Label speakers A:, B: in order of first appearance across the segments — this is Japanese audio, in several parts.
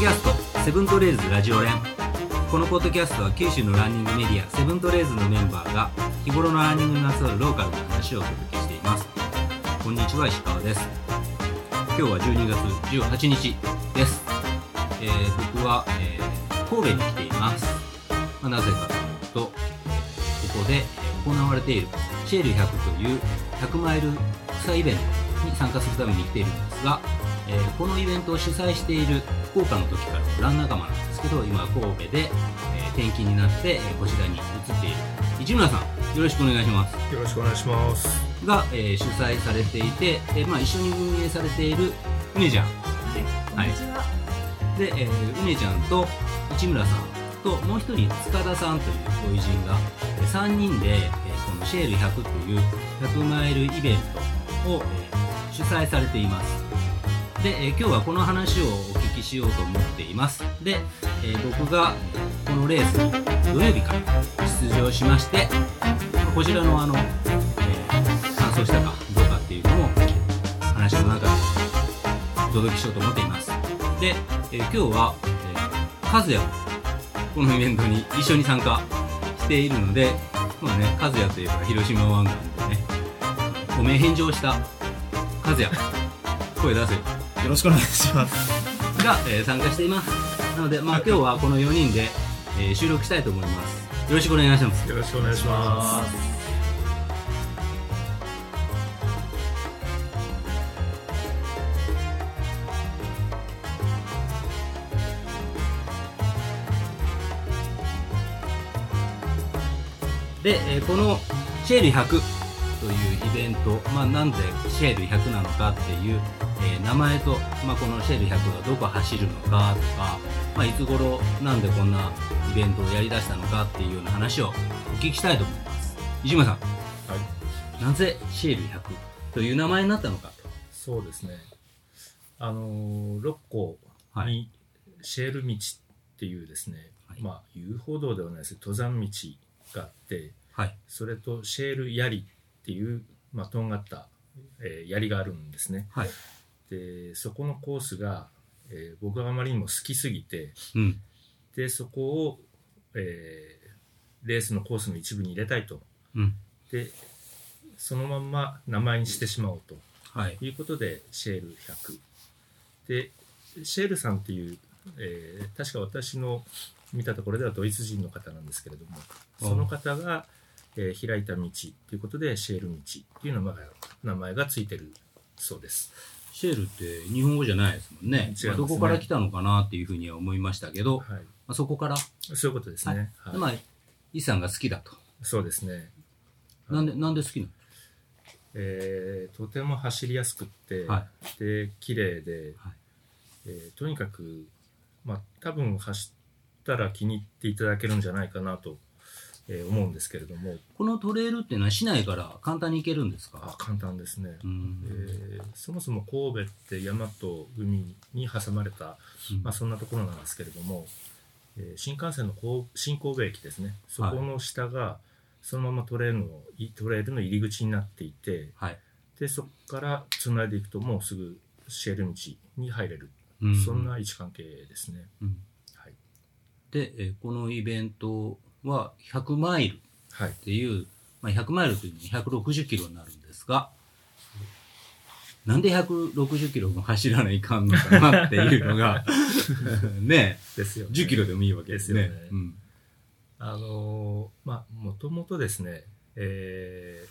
A: キャストセブントレーズラジオ連このポッドキャストは九州のランニングメディアセブントレーズのメンバーが日頃のランニングにまつわるローカルな話をお届けしていますこんにちは石川です今日は12月18日です、えー僕は、えー神戸に来ています、まあなぜかというとここでえー行われているシェル100という100マイル草イベントに参加するために来ているんですがえーこのイベントを主催している福岡の時からのラン仲間なんですけど今神戸で、えー転勤になって、えーこちらに移っている市村さんよろしくお願いします
B: よろしくお願いします。
A: が、えー主催されていて、えーまあ、一緒に運営されているうねちゃん
C: はい、こんにちは。
A: で、えーうねちゃんと市村さんともう一人塚田さんというご友人が3人で、えーこのシェール100という100マイルイベントを、えー主催されていますで、えー今日はこの話をお聞きしようと思っていますで、えー僕がこのレースに土曜日から出場しましてこちらのあの、えー完走したかどうかっていうのも話の中でお届けしようと思っていますで、えー今日は、えー、和也もこのイベントに一緒に参加しているので、まあね、和也といえば広島湾岸でね、お名返上した和也、声出せよ
D: よろしくお願いします。
A: が、えー参加しています。なので、まあ今日はこの4人で、えー収録したいと思います。よろしくお願いします。
B: よろしくお願いしま
A: で、えーこのシェール100というイベント、まあ、なんでシェール100なのかっていう、えー名前と、まあ、このシェール100がどこ走るのかとか、まあ、いつ頃なんでこんなイベントをやりだしたのかっていうような話をお聞きしたいと思います。石村さん、
B: す。はい。
A: なぜシェール100という名前になったのか。
B: そうですね。あのー、六甲
A: は
B: にシェール道っていうですね、
A: はい
B: まあ遊歩道ではないですけど登山道があって、
A: はい。
B: それとシェール槍っていうまあとんがった、えー槍があるんですね。
A: はい。
B: で、そこのコースが、えー僕があまりにも好きすぎて、
A: うん。
B: でそこを、えーレースのコースの一部に入れたいと。
A: うん。
B: でそのまんま名前にしてしまおうと
A: はい。
B: いうことでシェール100でシェールさんっていう、えー確か私の見たところではドイツ人の方なんですけれどもその方が、えー開いた道ということでシェール道っていう名前が名前がついてるそうです
A: シェールって日本語じゃないですもん
B: 違い
A: ね
B: ま。すね
A: まあどこから来たのかなっていうふうには思いましたけど、ま
B: はい
A: あ、そこから、
B: そういうことですね、はい
A: まあ、イさんが好きだと。
B: そうですね
A: なんで、なんで好きな
B: えーとても走りやすくって、
A: は
B: で綺麗で、
A: はい
B: えーとにかく、まあ、多分走ったら気に入っていただけるんじゃないかなと、えー思うんですけれども
A: このトレイルっていうのは市内から簡単に行けるんです
B: あ
A: か
B: 簡単ですね、
A: う
B: え
A: ん。
B: ーそもそも神戸って山と海に挟まれた、まあ、そんなところなんですけれども、えー新幹線のこう新神戸駅ですねそこの下が、そのままトレールのいトレイルの入り口になっていて、
A: はい。
B: でそこからつないでいくともうすぐシェル道に入れる、
A: う
B: そんな、位置関係ですね、
A: うん
B: はい
A: で、えーこのイベントは100マイルっ
B: はい、
A: ていう、まあ、100マイルというのは160キロになるんですが、なんで160キロも走らないかんのかなっていうの が、ね
B: ですよ
A: え、
B: ね、
A: 10キロでもいいわけですね。
B: ですよね
A: うん
B: あのーまあもともとですねえ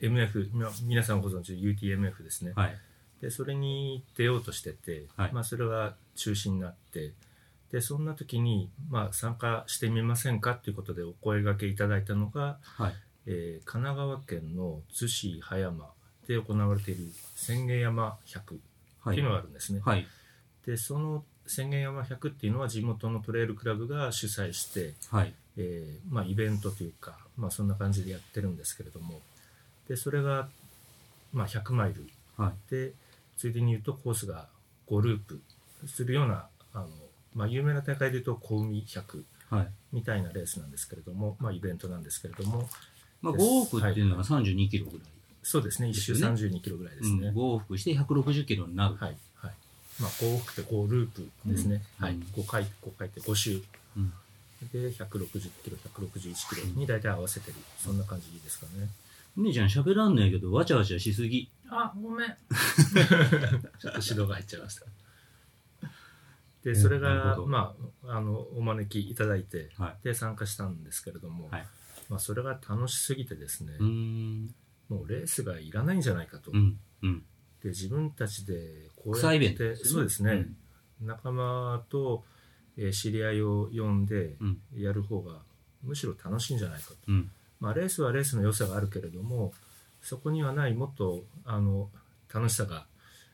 B: ー MF ま皆さんご存知の UTMF ですね、
A: はい。
B: でそれに出ようとしてて、
A: はい
B: まあ、それが中止になってでそんな時に、まあ、参加してみませんかということでお声掛けいただいたのが、
A: はい。
B: えー神奈川県の逗子葉山で行われている千間山100っ
A: は
B: ていうの
A: い。
B: があるんですね、
A: はい。
B: でその千間山100っていうのは地元のトレイルクラブが主催して、
A: はい。
B: えーまあ、イベントというか、まあ、そんな感じでやってるんですけれどもでそれが、まあ、100マイル
A: はい。
B: でついでに言うとコースが5ループするようなあの、まあ、有名な大会で言うと小海100
A: はい。
B: みたいなレースなんですけれども、まあ、イベントなんですけれども
A: まあ、5
B: です
A: 往復っていうのが32キロぐらい。
B: そうですね1周
A: ですね
B: 32キロぐらいですね。
A: うん、5往復して160キロになる。
B: はいはいまあ、5往復って5ループですね、
A: うん
B: はい
A: うん、
B: 5回5回って5周
A: うん
B: で160キロ161キロに大体合わせてるそんな感じですかね
A: お姉ちゃん喋らんのやけど、わちゃわちゃしすぎ。
B: あごめんちょっと指導が入っちゃいましたでそれ
A: なる
B: が
A: ほど
B: まああのお招きいただいて
A: は
B: で参加したんですけれども、
A: はい
B: まあ、それが楽しすぎてですね
A: い。うーん。
B: もうレースがいらないんじゃないかと、
A: うん。うん。
B: で自分たちでこう
A: 草イベ
B: やっ
A: ント
B: てそうですね、
A: ん
B: 仲間と、えー知り合いを呼んで
A: うん
B: やる方がむしろ楽しいんじゃないかと、
A: うん。
B: まあ、レースはレースの良さがあるけれどもそこにはないもっとあの楽しさが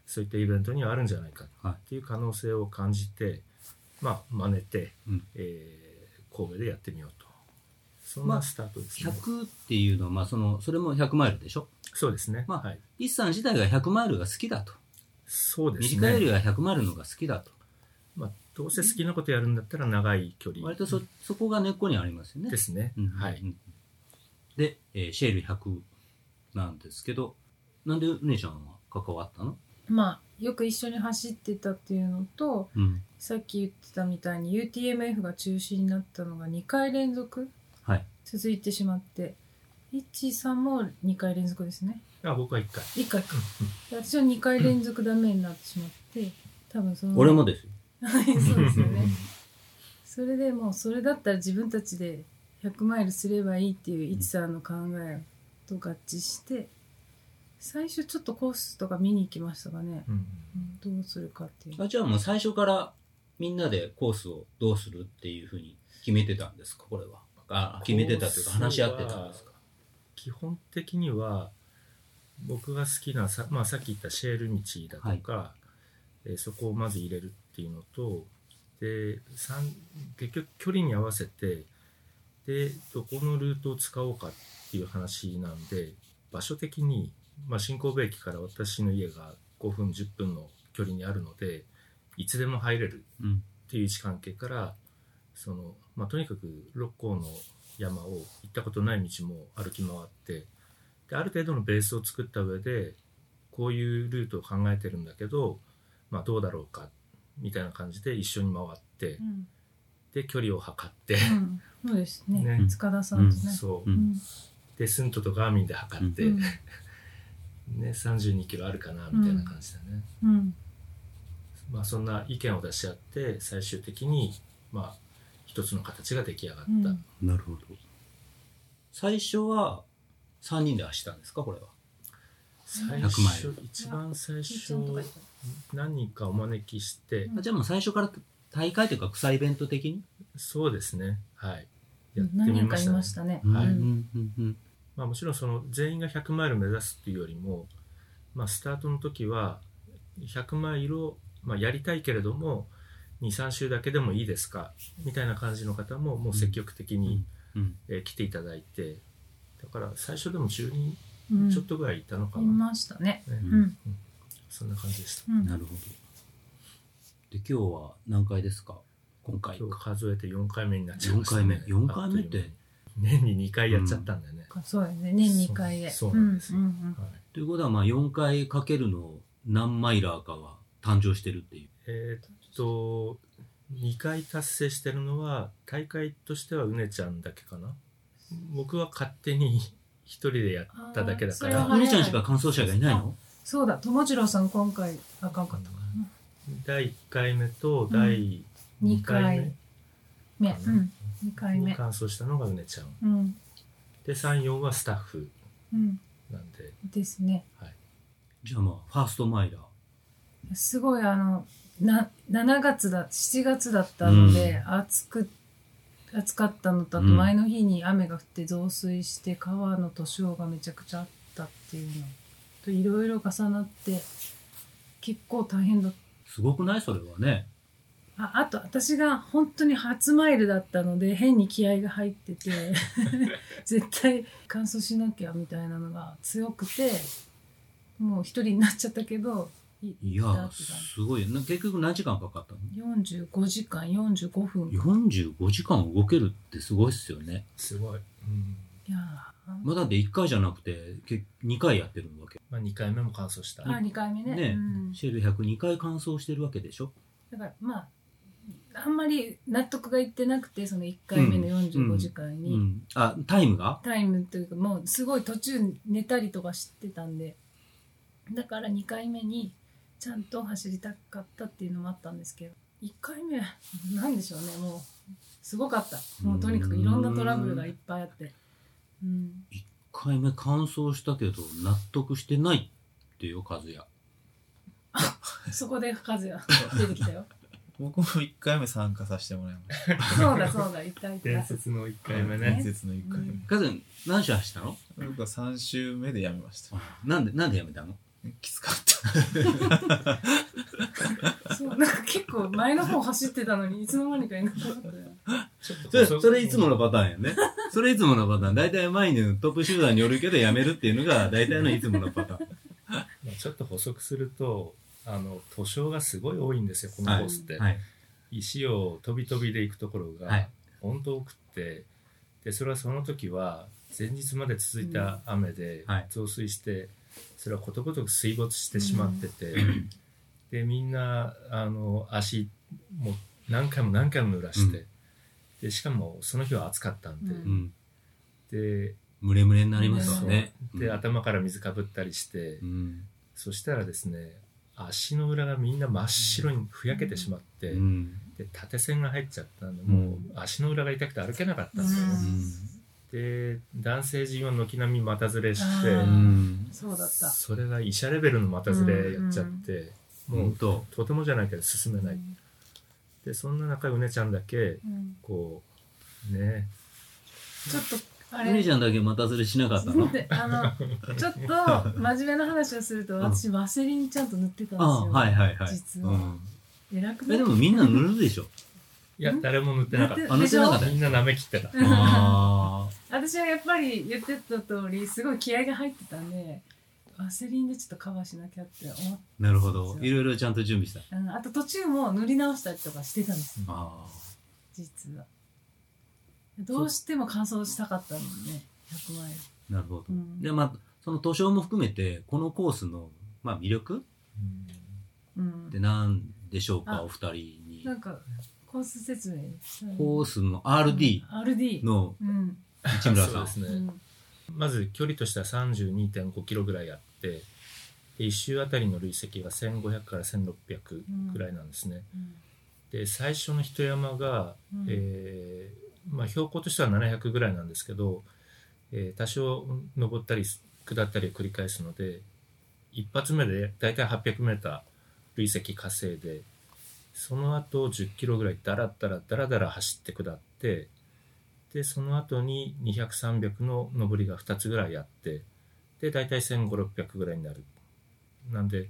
B: そういったイベントにはあるんじゃないか
A: はい
B: っていう可能性を感じてまあ真似て、
A: うん
B: えー神戸でやってみようとそん
A: まあ
B: なスタートですね、
A: 100っていうのは、まあ、その、それも100マイルでしょ
B: そうですね、
A: まあ
B: はい、
A: 一さん自体が100マイルが好きだと。
B: そうですね
A: 短いよりは100マイルのが好きだと。
B: まあ、どうせ好きなことやるんだったら長い距離
A: 割とそ、そこが根っこにありますよね。
B: ですね、
A: うん
B: はい。
A: で、えーシェール100なんですけど、なんでお姉ちゃんは関わったの
C: まあよく一緒に走ってたっていうのと
A: うん。
C: さっき言ってたみたいに UTMF が中止になったのが2回連続
A: はい。
C: 続いてしまって13も2回連続ですね
B: あ僕は1回
C: 1回かで私は2回連続ダメになってしまって多分その
A: 俺もですよ。
C: はいそうですよねそれでもうそれだったら自分たちで100マイルすればいいっていう一さんの考えと合致して最初ちょっとコースとか見に行きましたかね、
B: うんうん
C: うんどうするかっていう
A: あ、じゃあもう最初からみんなでコースをどうするっていうふうに決めてたんですか、これは。あ決めてたというか
B: コースは
A: 話し合ってたんですか。
B: 基本的には僕が好きなさ,、まあ、さっき言ったシェール道だとか、えーそこをまず入れるっていうのとで三結局距離に合わせてでどこのルートを使おうかっていう話なんで場所的に、まあ、新神戸駅から私の家が5分10分の距離にあるのでいつでも入れる
A: うん。
B: っていう位置関係からその、まあ、とにかく六甲の山を行ったことない道も歩き回ってである程度のベースを作った上でこういうルートを考えてるんだけど、まあ、どうだろうかみたいな感じで一緒に回って
C: うん、
B: で距離を測って、
C: うん、そうですね
B: ね
C: 塚田さんとね、
B: そううん
C: うん
B: でスントとガーミンで測って、
C: うん
B: ね、32キロあるかなみたいな感じだね、
C: うん
B: まあ、そんな意見を出し合って最終的に、まあ、一つの形が出来上がった。
C: うん
A: なるほど。最初は3人で走ったんですか、これは。100
B: 最
A: マイ
B: 初
A: ル
B: 一番最
C: みっちゃんと
B: 初
C: か言ってた
B: 何人かお招きして、
C: うん
A: あじゃあもう最初から大会というか草イベント的に、
B: そうですねはいやって
C: 何
B: み
C: 人
B: ま
C: か
B: し
C: い
B: た,、ね
C: ましたね、
B: はい
C: うん
A: うん
B: まあ、もちろんその全員が100マイル目指すっていうよりも、まあ、スタートの時は100マイルを、まあ、やりたいけれども23周だけでもいいですかみたいな感じの方ももう積極的に、
A: うん
B: えー来ていただいてだから最初でも10
C: うん
B: 人ちょっとぐらいいたのか
C: い
B: な、
C: ましたね
B: ね
A: う
C: うんん、
B: そんな感じでした
C: うん
A: なるほどで今日は何回ですか今回
B: 今日数えて4回目になっちゃい
A: 4
B: ました、
A: 回目
B: ね、
A: 4回目って
B: あという間に年に2回やっちゃったんだよね、
C: そうよね年2回で
B: そうそうなんですよ
C: うんうん
B: はい
A: ということはまあ4回かけるの何マイラーかが誕生してるっていう
B: えーっと2回達成してるのは大会としてはうねちゃんだけかな僕は勝手に一人でやっただけだか
C: あーそれは
B: ら
A: お姉ちゃんしか完走者がいないの
C: そうだ友次郎さん今回あかんかった
B: 第1回目と第2回
C: 目
B: 目
C: う
B: かなん
C: 2回
B: に
C: 目
B: 完走したのがうねちゃん
C: うん
B: で34はスタッフ
C: うん
B: なんで
C: ですね
A: じゃあまあファーストマイラー
C: すごいあのな7月だ7月だったので、暑く暑かったのとあと
A: うん
C: 前の日に雨が降って増水して川の塗装がめちゃくちゃあったっていうのといろいろ重なって結構大変だった
A: すごくないそれはね
C: ああと私が本当に初マイルだったので変に気合が入っ てて絶対完走しなきゃみたいなのが強くてもう一人になっちゃったけどい
A: いや
C: いた
A: ー
C: って感
A: すごいな結局何時間かかったの
C: じ45時間45分
A: 45時間動けるってすごいっすよね
B: すごい、うん
C: いや
A: まあ、だって1回じゃなくてけ2回やってるわけ
B: まあ、2回目も乾燥した、
C: ーあ2回目ね
A: ね
C: うん、
A: シェル102回乾燥してるわけでしょ
C: だからまああんまり納得がいってなくてその1回目の
A: うんう
C: 45
A: ん
C: 時間に、
A: うん、あタイムが
C: タイムというかもうすごい途中寝たりとかしてたんでだから2回目にちゃんと走りたかったっていうのもあったんですけど1回目なんでしょうねもうすごかったもうとにかくいろんなトラブルがいっぱいあってうん
A: 1回目乾燥したけど納得してないってよ和也
C: そこで和也出てきたよ
D: 僕も1回目参加させてもらいました。
C: そうだそうだ一回
B: 伝説の1回目
D: 伝
B: ね
D: 説の1回目。
A: 和也何周走ったの
D: 僕は3週目でやめました。
A: なんでなんでやめたの
D: きつかった。
C: そうなんか結構前の方走ってたのにいつの間にかいなくなったよ
B: ちょっと
A: それそれいつものパターンやね。それいつものパターン。大体前にトップ集団によるけどやめるっていうのが大体のいつものパターン。
B: まあちょっと補足するとあの塗装がすごい多いんですよこのコースって、
A: はい。
B: 石を飛び飛びで行くところ
A: は
B: が
A: い
B: 本当多くってでそれはその時は前日まで続いた雨で
A: はい
B: 増水して、それはことごとく水没してしまってて、でみんなあの足も何回も何回も濡らして、
A: う
B: でしかもその日は暑かったんで、
C: う
A: うん。
B: で
A: ムレムレになりますわね。
B: で頭から水かぶったりして、
A: うん。
B: そしたらですね足の裏がみんな真っ白にふやけてしまって、
A: うん。
B: で縦線が入っちゃったんでもう足の裏が痛くて歩けなかったんですよね、で男性陣は軒並み股ずれして
A: う
C: あ
A: ん。
C: そうだった
B: それが医者レベルの股ずれやっちゃって、
A: も
B: も
A: う
B: う
A: と、
B: とてもじゃないけど進めない、でそんな中うねちゃんだけ
C: うん
B: こうね
C: ちょっとあ
A: う
C: れ
A: ねちゃんだけまたずれしなかったの
C: であのちょっと真面目な話をすると
A: ん
C: 私ワセリンちゃんと塗ってた
A: あ
C: んですよ、
A: はいはいはい。
C: 実
A: う
C: は
A: ん。
C: 偉くな
A: え、
C: い
A: でもみんな塗るでしょ。
B: いや
C: ん
B: 誰も塗ってなかっ
A: あ塗ってなかった
B: みんな舐めきってた
A: あ
C: 私はやっぱり言ってた通りすごい気合が入ってたんでワセリンでちょっとカバーしなきゃって思っ
A: あ。なるほど。いろいろちゃんと準備した。
C: たあと途中も塗り直したりとかしてたんですよ
A: あ
C: 実はどうしても乾燥したかったのにね100マイル
A: あ。なるほど
C: う。ん
A: で、まあ、その塗装も含めて、このコースの、まあ、魅力
C: うん
A: って何でしょうか、
C: あ
A: お二人に
C: な。んかコース説明したい
A: コースの RD
C: RD
A: の
C: うん、
A: 市村
B: そ
A: さ
B: うんで。す
C: う
B: ね、
C: ん、
B: まず距離としては32.5キロぐらいあってで1周あたりの累積が1500から1600ぐらいなんですね、で最初の一山が、
C: うん
B: えーまあ、標高としては700ぐらいなんですけど、えー多少登ったり下ったりを繰り返すので一発目で大体 800m 累積稼いでその後10キロぐらいダラダラダラダラ走って下ってでその後に200300の上りが2つぐらいあってで大体1500600ぐらいになるなんで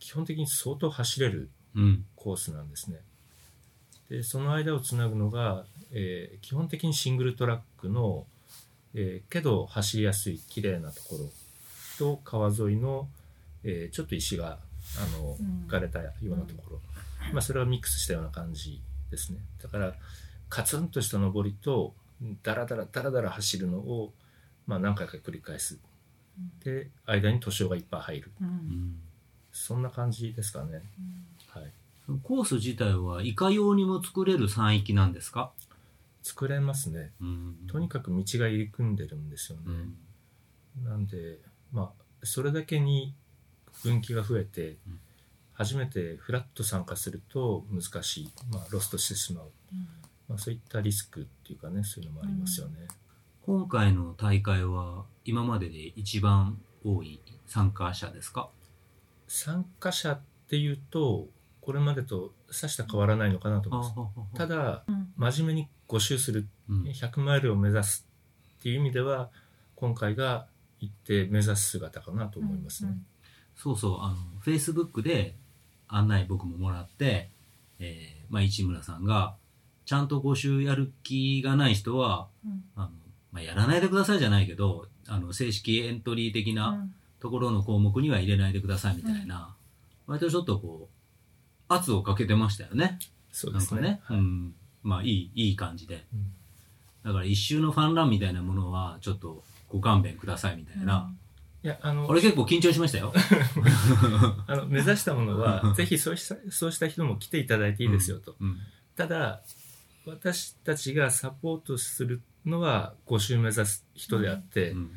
B: 基本的に相当走れる
A: うん。
B: コースなんですね。でその間をつなぐのが、えー基本的にシングルトラックの、えーけど走りやすい綺麗なところと川沿いの、えーちょっと石があの
C: うん
B: 浮かれたようなところ、まあ、それはミックスしたような感じですねだからカツンとした上りとダラダラダラダラ走るのを、まあ、何回か繰り返すで間に塗装がいっぱい入る
C: う
A: うんん
B: そんな感じですかね、はい、
A: コース自体はいかようにも作れる山域なんですか、
B: 作れますね
A: うん、
B: とに
A: か
B: かく道が入り組んでるんですよね、
A: うん、
B: なんでまあそれだけに分岐が増えて、
A: うん
B: 初めてフラット参加すると難しい、まあ、ロストしてしまう、まあ、そういったリスクっていうかねそういうのもありますよね、
A: 今回の大会は今までで一番多い参加者ですか
B: 参加者っていうとこれまでとさした変わらないのかなと思います、た
A: だ、
B: だ
C: うん
B: 真面目に5周する
A: うん
B: 100マイルを目指すっていう意味では今回が行って目指す姿かなと思いますね、
C: うん
A: そうそうあのフェイスブックで案内僕ももらって、えーまあ、市村さんがちゃんと5周やる気がない人は
C: うん
A: あの、まあ、やらないでくださいじゃないけどあの正式エントリー的な、ところの項目には入れないでくださいみたいな、割とちょっとこう圧をかけてましたよね
B: そう
A: な
B: で
A: ん
B: す
A: か
B: ね
A: ね、
B: はい
A: うん、まあいいいい感じで、
B: うん
A: だから一周のファンランみたいなものは、ちょっとご勘弁くださいみたいな。
B: いや、あの
A: こ、れ結構緊張しましたよ。
B: あの目指したものは、ぜひそうしたそうした人も来ていただいていいですよと。
A: うん。
B: ただ、私たちがサポートするのは5周目指す人であって、
A: うん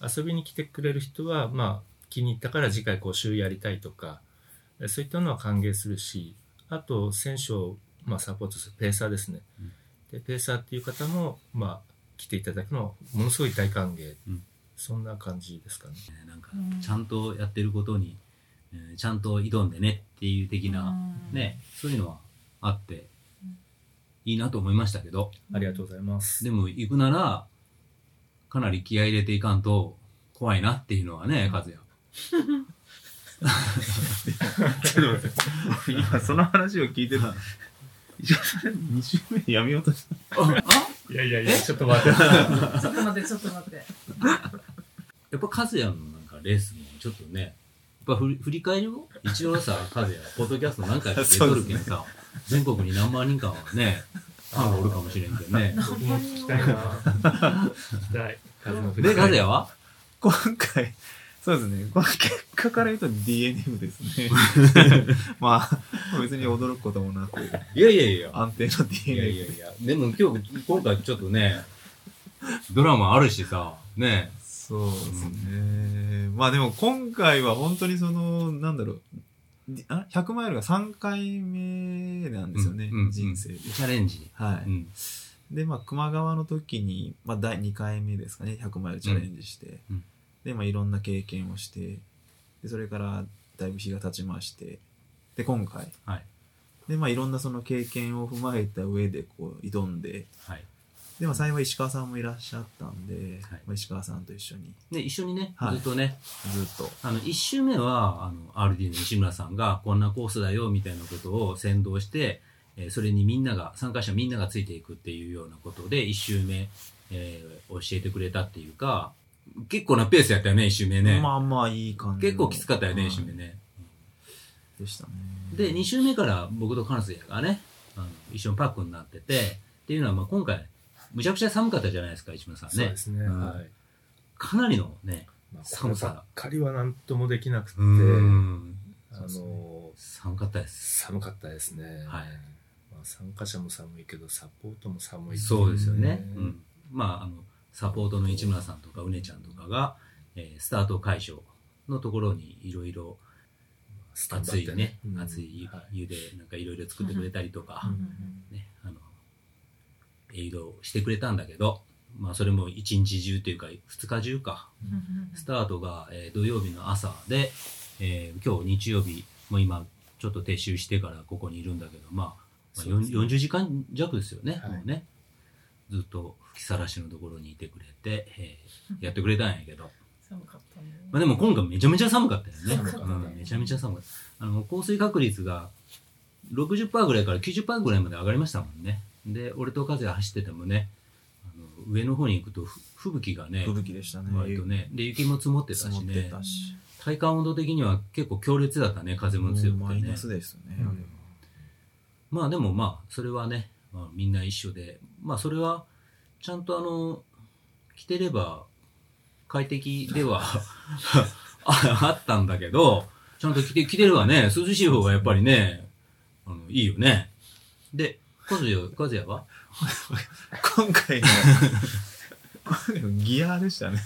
B: 遊びに来てくれる人は、まあ、気に入ったから次回5周やりたいとか、えそういったのは歓迎するし、あと、選手を、まあ、サポートするペーサーですね。
A: うん
B: でペーサーっていう方も、まあ、来ていただくのはものすごい大歓迎。
A: うん
B: そんな感じですかね。
A: ねなんか、ちゃんとやってることに、えーちゃんと挑んでねっていう的な、ね、そういうのはあって
C: うん、
A: いいなと思いましたけど、
B: ありがとうございます。
A: でも行くなら、かなり気合い入れていかんと怖いなっていうのはね、和也。
D: ちょっと待 って。今、その話を聞いてた。石田さん、2周目やめようとした。
A: ああ
B: いやいやいや、ちょっと待って。
C: ちょっと待ってちょっと待って
A: やっぱ和也のなんかレースもちょっとね、やっぱ振り振り返りを一応さ、和也、ポッドキャスト何回か出とるけんさ、全国に何万人かはね、ファンがおるかもしれんけ どね。
B: 僕も聞きたいな。聞きたい。風の振り
A: で、和
B: 返り
A: 也は
D: 今回、そうですね。この結果から言うと DNM です ね。まあ、別に驚くこともなく、
A: いやいやいや。
D: 安定の
A: いや
D: DNM
A: いやいや。でも今日、今回ちょっとね、ドラマあるしさ、ね。
D: そうですね。まあでも今回は本当にその、なんだろう。じあ100マイルが3回目なんですよね、
A: うんうん
D: 人生で。
A: チャレンジ。
D: は
A: う
D: い。
A: ん。
D: で、まあ、熊川の時に、まあ、第2回目ですかね、100マイルチャレンジして、
A: うんうん
D: で、まあ、いろんな経験をして、で、それから、だいぶ日が経ちまして、で、今回、
A: はい。
D: で、まあ、いろんなその経験を踏まえた上で、こう、挑んで、
A: はい。
D: で、まあ、幸い石川さんもいらっしゃったんで、
A: はい
D: まあ、石川さんと一緒に、
A: で、一緒にね、
D: はい
A: ずっとね、
D: ずっと、
A: あの、一周目は、あの、RD の西村さんが、こんなコースだよ、みたいなことを先導して、えーそれにみんなが、参加者みんながついていくっていうようなことで、一周目、えー教えてくれたっていうか、結構なペースやったよね、一周目ね。
D: まあまあ、いい感じの。
A: 結構きつかったよね、
D: はい
A: 一周目ね。
D: でしたね。
A: で、2週目から僕と金杉がね、あの一緒にパックになってて、っていうのはまあ今回、むちゃくちゃ寒かったじゃないですか、市村さん
B: そう
A: ね
B: で。すね。
A: うん
B: はい。
A: かなりのね、
B: まあ、こ
A: 寒
B: れ
A: さ
B: ばっかりは何ともできなくて、あ
D: そうです
B: の、
A: 寒かったです。
B: 寒かったですね。
A: はい
B: まあ、参加者も寒いけど、サポートも寒いってい
A: そうですよね。う
B: うん
A: ん。まあ、あの、サポートの市村さんとか、うねちゃんとかが、えースタート解消のところにいろいろ
B: スタンバっ
A: 熱い
B: て
A: ね、
B: うん
A: 熱い
B: はい
A: 湯でなんかいろいろ作ってくれたりとか、
D: うん
A: ね、あの、エイドしてくれたんだけど、まあそれも一日中というか二日中か。スタートが、えー土曜日の朝で、えー今日日曜日、もう今ちょっと撤収してからここにいるんだけど、まあ、まあ
B: そうですね
A: 40時間弱ですよね、
B: はい
A: もうね。ずっと吹きさらしのところにいてくれて、えーやってくれたんやけど。
C: 寒かったね
A: まあでも今回めちゃめちゃ寒かったよね
B: 寒。かった
A: う
B: ね
A: ん、めちゃめちゃ寒かった。あの、降水確率が60%ぐらいから90%ぐらいまで上がりましたもんね。で、俺と風走っててもね、あの上の方に行くとふ吹雪がね、
D: 吹雪でしたね。
A: 割とね、で、雪も積もってたし
D: 積もって
A: ね、
D: たし。
A: 体感温度的には結構強烈だったね、風も強
D: もう
A: く
D: マ
A: て
D: イ
A: ね
D: ナ。スですよね、
B: うん
D: あれは
A: まあでもまあ、それはね、まあ、みんな一緒で、まあそれは、ちゃんとあの、着てれば快適では ああったんだけど、ちゃんと着て、着てればね、涼しい方がやっぱりね、あのいいよね。で、和也、和也は
D: 今回の今回のギアでしたね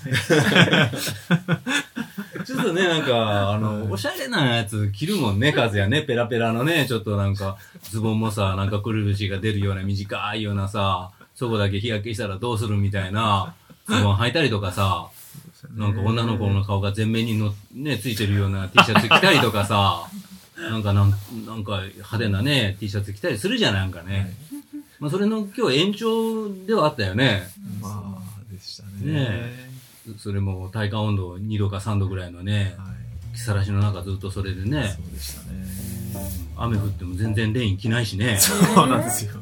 A: ちょっとね、なんか、あ
D: はい
A: の、おしゃれなやつ着るもん ね、和也ね。ペラペラのね、ちょっとなんか、ズボンもさ、なんかくるぶしが出るような短いようなさ、そこだけ日焼けしたらどうするみたいな、ズボン履いたりとかさ、なんか女の子の顔が全面にの、ね、ついてるような T シャツ着たりとかさ、なんかなん、なんか派手なね、T シャツ着たりするじゃん、なんかね。まあ、それの今日延長ではあったよね。
D: まあでしたね
A: ねそれも体感温度2度か3度ぐらいのね、
D: は
A: 着さらしの中ずっとそれで
D: い、
A: ね
D: そ、うでしたね
A: 雨降っても全然レイン着ないしね。
D: そうなんですよ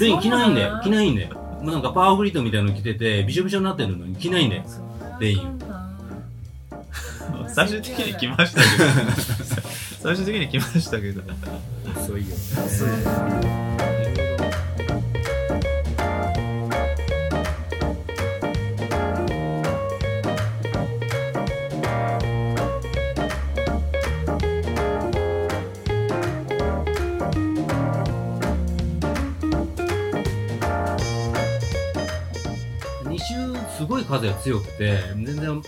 A: レイン着ないんだよ。着ないんだよ。もうなんかパワーフリートみたいなの着てて、びしょびしょになってるのに着ないんだよ。レイン
D: 最終的に来ましたけど最終的に来ましたけど
B: 遅いよね。
D: そう
A: 風が強くて、全然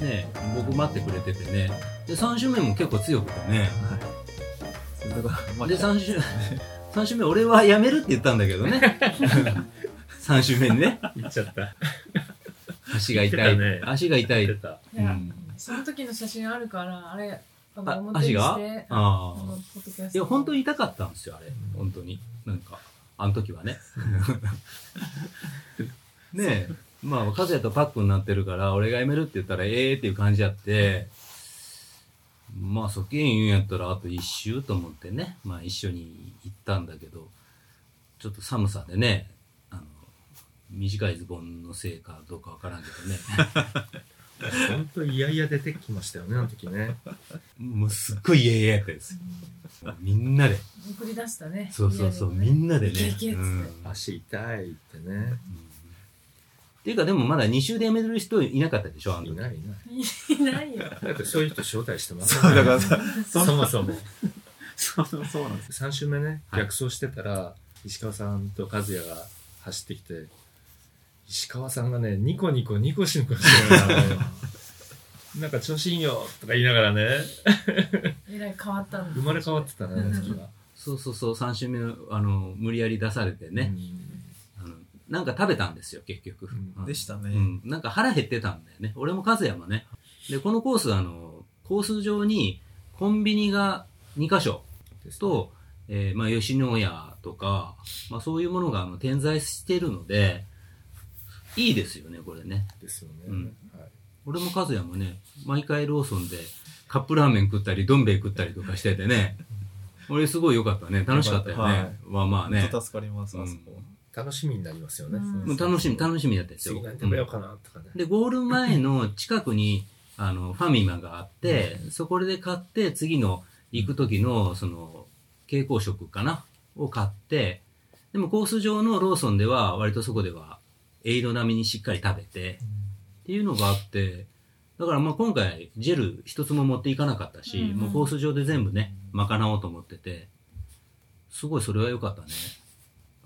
A: ね、僕待ってくれててね、で、3周目も結構強くてね、
D: だから、まあ
A: で、3周、 三周目、俺はやめるって言ったんだけどね。3周目に ね、
B: 行っちゃった。
A: 足が
B: 言
A: 痛
B: っ
A: い、
B: てたね
A: 足が痛い。
B: 出た。
C: いや
A: うん
C: その時の写真あるから、あれ、あ
A: あ
C: の、表
A: 足
C: に
A: が
C: して、あ
A: ああ。
C: のポッドキャスト
A: いや、本当に痛かったんですよ、あれ。本当に。なんか、あの時はね。ねえ。まあ、カズヤとパックになってるから、俺がやめるって言ったら、ええっていう感じやって、まあ、そっけん言うんやったら、あと一周と思ってね、まあ、一緒に行ったんだけど、ちょっと寒さでね、あの、短いズボンのせいかどうかわからんけどね、
B: 本当いやいや出てきましたよね、あの時ね。
A: もうすっごい嫌々やったんですよ。もうみんなで、
C: 送り出したね。
A: そうそうそう、み
C: 家でもね
A: んなでね。
C: いけいけっつって
A: うん
B: 足痛いってね。
A: っていうかでもまだ2周で辞める人いなかったでしょあの
B: い
A: 時
B: ないいない。
C: いないよ。
B: だってそういう人招待してます
D: そう、だからさ、
B: そもそも。
D: そのそうなんですよ。
B: 3周目ね、
A: はい
B: 逆走してたら、石川さんと和也が走ってきて、石川さんがね、ニコニコニコしニコしてるから、 なんか調子いいよとか言いながらね、
C: えらい変わったん
B: 生
C: だ。
B: まれ変わってたね、あの時は。
A: そうそうそう3周目あの無理やり出されてね、あのなんか食べたんですよ結局、
B: うん
A: うん
D: でした
A: う
D: ね。
A: ん、なんか腹減ってたんだよね俺も和也もねでこのコースあのコース上にコンビニが2箇所
B: うん、
A: と、えーまあ、吉野家とか、まあ、そういうものがあの点在してるのでいいですよねこれね
B: ですよね。
A: うん
B: はい
A: 俺も和也もね、毎回ローソンでカップラーメン食ったり、どん兵衛食ったりとかしててね、俺すごい良かったね。楽しかったよね。
D: 良かった
A: まあまあね
D: 本。当助かります、
A: うん
D: あそこ。
B: 楽しみになりますよね。
C: うん
A: もう楽しみ、楽
B: し
A: しみだったですよ。
B: 次何食べよう
A: う
B: かなとかね。
A: んで、ゴール前の近くに、あの、ファミマがあって、そこで買って、次の行く時の、その、蛍光色かなを買って、でもコース上のローソンでは、割とそこでは、エイド並みにしっかり食べて、っていうのがあって、だからまあ今回ジェル一つも持っていかなかったし、
C: うんうん
A: もうコース上で全部ね、賄おうと思ってて、すごいそれは良かったね。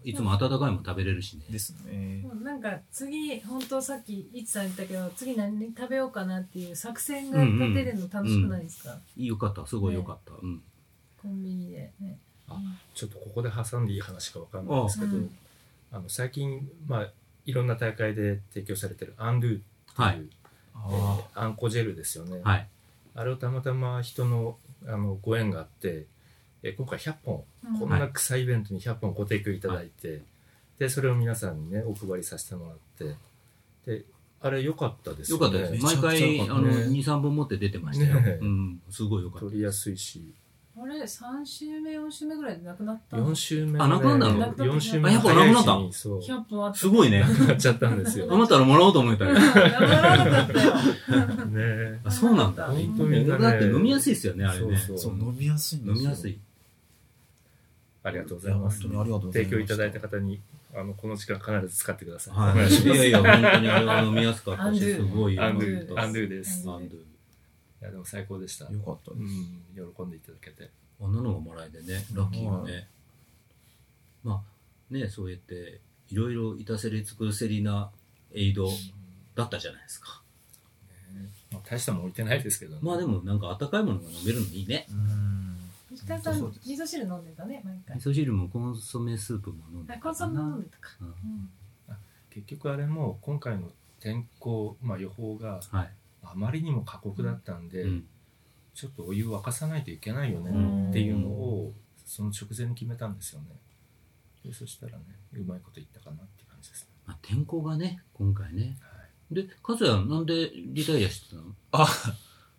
A: いつも温かいもん食べれるしね。
D: ですね。
C: もうなんか次、本当さっき、いつさん言ったけど、次何食べようかなっていう作戦が立てるの楽しくないですか、
A: 良かった、すごい良かった。うん。
C: コンビニで、ね。
B: ちょっとここで挟んでいい話かわかんないですけど、
C: うん
B: あの最近、まあ、いろんな大会で提供されてるアンドゥっていう、
A: はい
D: あ
B: えーあんこジェルですよね。
A: はい。
B: あれをたまたま人のあのご縁があって、えー今回100本、
C: うん
B: こんな草イベントに100本ご提供いただいて、でそれを皆さんにねお配りさせてもらってであれ良かったです
A: 良
B: よ
A: かっ
B: ね
A: たです。
D: めちゃ
A: 毎
D: くちゃ
A: 回、
D: 良
A: あ
D: か
A: の、
B: ったね
A: 2、3本持って出てましたよ。
B: ね
A: うん。すごい良かった。
B: 取りやすいし
C: あれ、3週目、4週目ぐらいでなくなった
B: 4週目
A: あなくなったの
B: 4週
C: あ
B: 目
C: やっぱ
B: 早い
A: なくなった
B: しにそう
C: 100本あった。
A: すごいね。
B: なくなっちゃったんですよね
A: 余ったらもらおうと思った
C: うん
A: ら。
C: やばかったよ。
B: え
A: あ、そうなんだ。
B: 本当に
A: だって飲みやすいですよね、あれね。
B: そう
D: そ
B: そう
D: う、飲みやすい
A: 飲
D: んですよ。
A: みやすい。
B: ありがとうございます
D: や本当にありがとうござい
B: 提
D: ます。
B: 供いただいた方にあのこの時間必ず使ってください、お
A: は
B: 願いし
A: い。い
B: ます
A: やいや、本当にあれは飲みやすかったし、すごい良か
B: ア
A: っ
B: ンド
A: た
B: ゥアンドゥで
C: アン
B: す
C: ド
A: ア
C: ゥ
A: ンドゥ
B: いやでも最高でした、
D: よかったで
B: う
D: す。
B: ん、喜んでいただけて
A: あんなのがもらえてね、ラッキーよね。まあ、ね、そうやって、いろいろいたせり尽くせりなエイドだったじゃないですか。
B: まあ、大したもん置いてないですけど、ね、
A: まあでも、なんか温かいものが飲めるのいいね。
D: うん。
C: 石川さん、味噌汁飲んでたね、毎回
A: 味。噌汁もコンソメスープも飲んで
C: あ
A: た
C: コンソ
A: か
C: メ飲ん
A: な。
C: でたか。
A: うん
C: うん
B: 結局あれも今回の天候、まあ、予報が
A: はい。
B: あまりにも過酷だったんで、
A: うん。
B: ちょっとお湯を沸かさないといけないよ
A: う
B: ね
A: ん
B: っていうのをその直前に決めたんですよねでそしたらねうまいこといったかなって感じですね、
A: まあ、天候がね、今回ね。
B: は
A: で、かつやなんでリタイアしてたの
D: あ、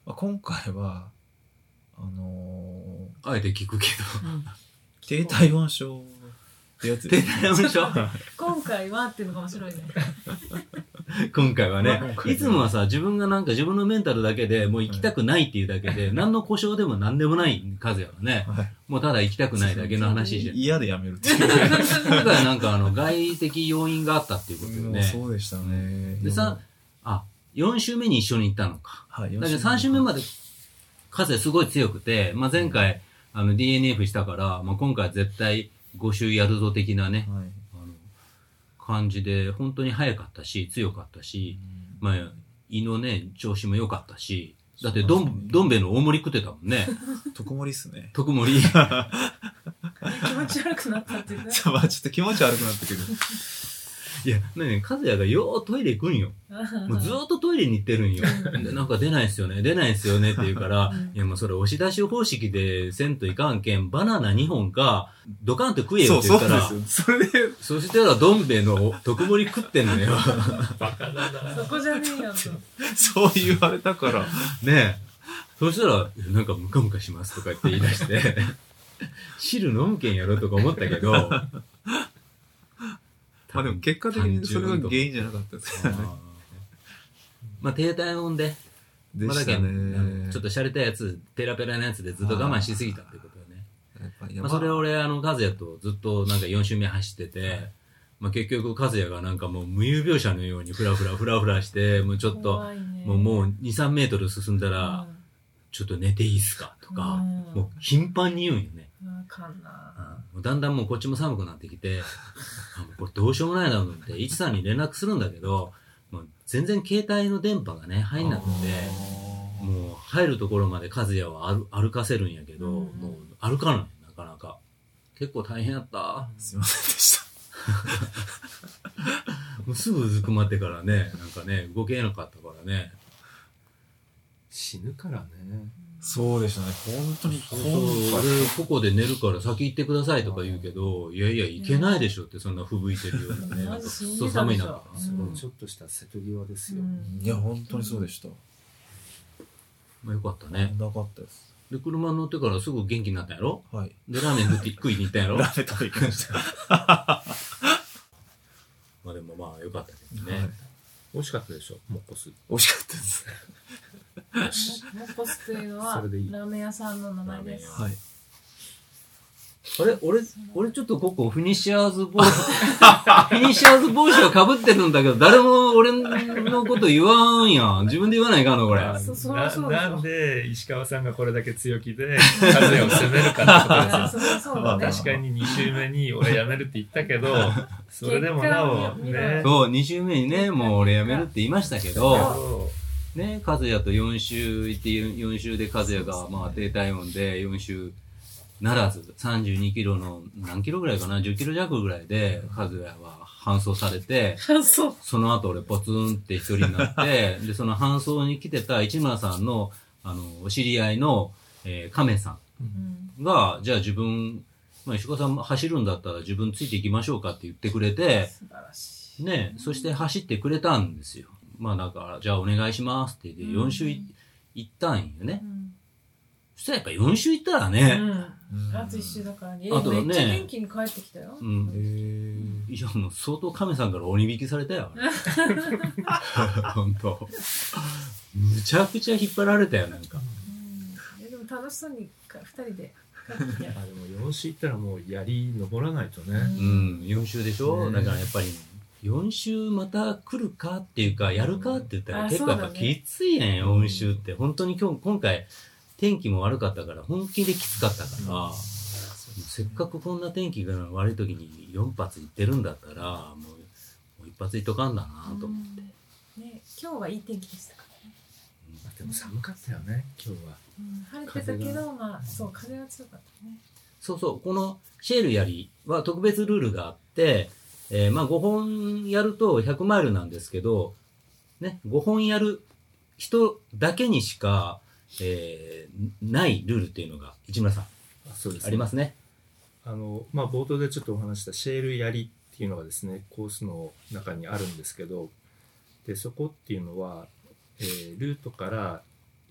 D: まあ今回は、あの
A: あえて聞くけ
D: ー、低体温症ってやつ
A: ど。リタイアで しょ
C: 今回はっていうのが面白いね。
A: 今回はね
D: 今、回
A: いつもはさ、自分がなんか自分のメンタルだけでもう行きたくないっていうだけで、何の故障でも何でもない和也はね、
D: はい
A: もうただ行きたくないだけの話じゃん。
D: 嫌でやめるってい う。
A: 今回はなんかあの、外的要因があったっていうことよ
D: もう
A: ね。
D: そうでしたね。
A: でさ、あ、4週目に一緒に行ったのか。
D: はい、
A: だけど3週目まで、和也すごい強くて、まあ、前回、あの、DNF したから、まあ、今回は絶対5週やるぞ的なね、
D: はい。
A: あの、感じで、本当に早かったし、強かったし、まあ、胃のね、調子も良かったし、だってどん、どん兵衛の大盛り食ってたもんね。
D: 特盛りっすね。
A: 特盛り。
C: 気持ち悪くなったって言っ
D: ちょまあちょっと気持ち悪くなったけど。
A: いや、ね、和也がようトイレ行くんよ。もうずーっとトイレに行ってるんよ。でなんか出ないっすよね、出ないっすよねって言うから
C: うん、
A: いやもうそれ押し出し方式でせんといかんけん、バナナ2本か、ドカンと食えよ
D: そ
A: っ
D: う、
A: て言
D: そう
A: ったら、そ
D: ですよ。それで、
A: したらどん兵衛の特盛り食ってんのよ。
B: バカだな。
C: そこじゃねえよと。
D: そう言われた から。
A: ねえ。そしたら、いやなんかムカムカしますとかって言い出 して、汁飲むけんやろとか思ったけど、
D: まあでも結果的にそれが原因じゃなかったですからね。
A: まあ低体温で、
D: で
A: まあ
D: し
A: だ
D: た
A: け
D: ね。
A: んちょっと洒落たやつ、ペラペラなやつでずっと我慢しすぎたってことよね。
D: やっぱり
A: まあ、それを俺、あの、和也とずっとなんか4周目走ってて、まあ結局和也がなんかもう無有病者のようにフラフラフラフラして、もうちょっと、
C: 怖いね、
A: もうもう2、3メートル進んだら、ちょっと寝ていいっすかとか、もう頻繁に言うんよね。
C: うん、わかんな。
A: もうだんだんもうこっちも寒くなってき て、あもうこれどうしようもないなと思って、いちさんに連絡するんだけど、もう全然携帯の電波がね、入んなくて、もう入るところまで和也は歩歩かせるんやけど、
C: うん
A: もう歩かない、なかなか。結構大変やった。
D: すいませんでした。
A: もうすぐうずくまってからね、なんかね、動けなかったからね。
B: 死ぬからね。
D: そうでしたね。本当に
A: そうそう、俺、ここで寝るから先行ってくださいとか言うけど、いやいや、行けないでしょって、そんな吹雪いてるようなね、なん
C: ま
A: か
C: ず
A: く
C: 死
A: っ
C: ん
A: そ
C: でた
A: 寒
C: で
A: い
C: しょ
A: 中。
C: うん
B: ちょっとした瀬戸際ですよ。
D: いや、本当にそうでした。
A: まあよかったね。
D: なかったです。
A: で、車乗ってからすぐ元気になったんやろ
D: はい。
A: で、ラーメン食って食いに行ったん やろ
D: ラーメン食 べに行きました。
A: まあでもまあよかったけどね。
D: はい
B: 美味しかったでしょ、もっこす。
D: 美味しかったです。
C: うん。モコスというのは、
B: それでいい
C: ラーメン屋さんの名前です。
D: はい。
A: あれ俺、俺ちょっとここフィニッシャーズ帽子、 フィニッシャーズ帽子をかぶってるんだけど、誰も俺のこと言わんやん。自分で言わないかんのこれ。
B: な
C: そうそうそうでしょ
B: なんで石川さんがこれだけ強気で、風を攻めるかってことですよ
C: あ。そうだそう
D: まあ
C: だね。
D: 確
B: 確かに2週目に俺辞めるって言ったけど、それでもなお、ね。
A: そう、2週目にね、もう俺辞めるって言いましたけど、
B: そ
A: ね、和也と4週行って、4週で和也が、まあ低体温で4週ならず、32キロの何キロぐらいかな、10キロ弱ぐらいで、和也は搬送されて、
C: 感想。
A: その後俺ポツンって一人になって、で、その搬送に来てた市村さんの、あの、お知り合いの、えー、亀さ
C: うん
A: んが、じゃあ自分、まあ、石川さんも走るんだったら自分ついていきましょうかって言ってくれて、
C: 素晴らしい。
A: ね、そして走ってくれたんですよ。まあだから、じゃあお願いしますって言って、
C: うん
A: 4週い行ったんよね
C: う。ん。
A: そしたらやっぱ4週行ったら
C: う
A: ね、
C: ん。あと一周だからね。え
A: あとね
C: めっちゃ元気に帰ってきたよ。
A: う
D: へ
A: ん。
D: ー
A: いや、もう相当亀さんから鬼引きされたよ。 本当。むちゃくちゃ引っ張られたよ、なんか。
C: うんえでも楽しそうにか二人 で帰ってきたよ
B: う。あ、でも4週行ったらもう槍登らないとね。
A: うん、4週でしょ、
B: ね
A: だからやっぱり4週また来るかっていうかやるかって言ったら
C: あ
A: 結構やっ
C: そ
A: ぱ
C: うだね
A: きついね
B: うん
A: 4週って本当に今日今回天気も悪かったから本気できつかったから、もうせっかくこんな天気が悪い時に4発行ってるんだったらもうもう一発行っとかんだなと、
C: うんね、今日はいい天気でしたからね。
B: でも寒かったよね、今日は。
C: うん晴れてたけ
B: 風
C: ど、まあ、そう、風は強かったね。
A: そうそうこのシェールやりは特別ルールがあって、えーまあ5本やると100マイルなんですけど、ね、5本やる人だけにしか、えーないルールっていうのが、市村さん、
B: そうです
A: ありますね。
B: あの、まあ、冒頭でちょっとお話ししたシェール槍っていうのがですね、コースの中にあるんですけど、で、そこっていうのは、えールートから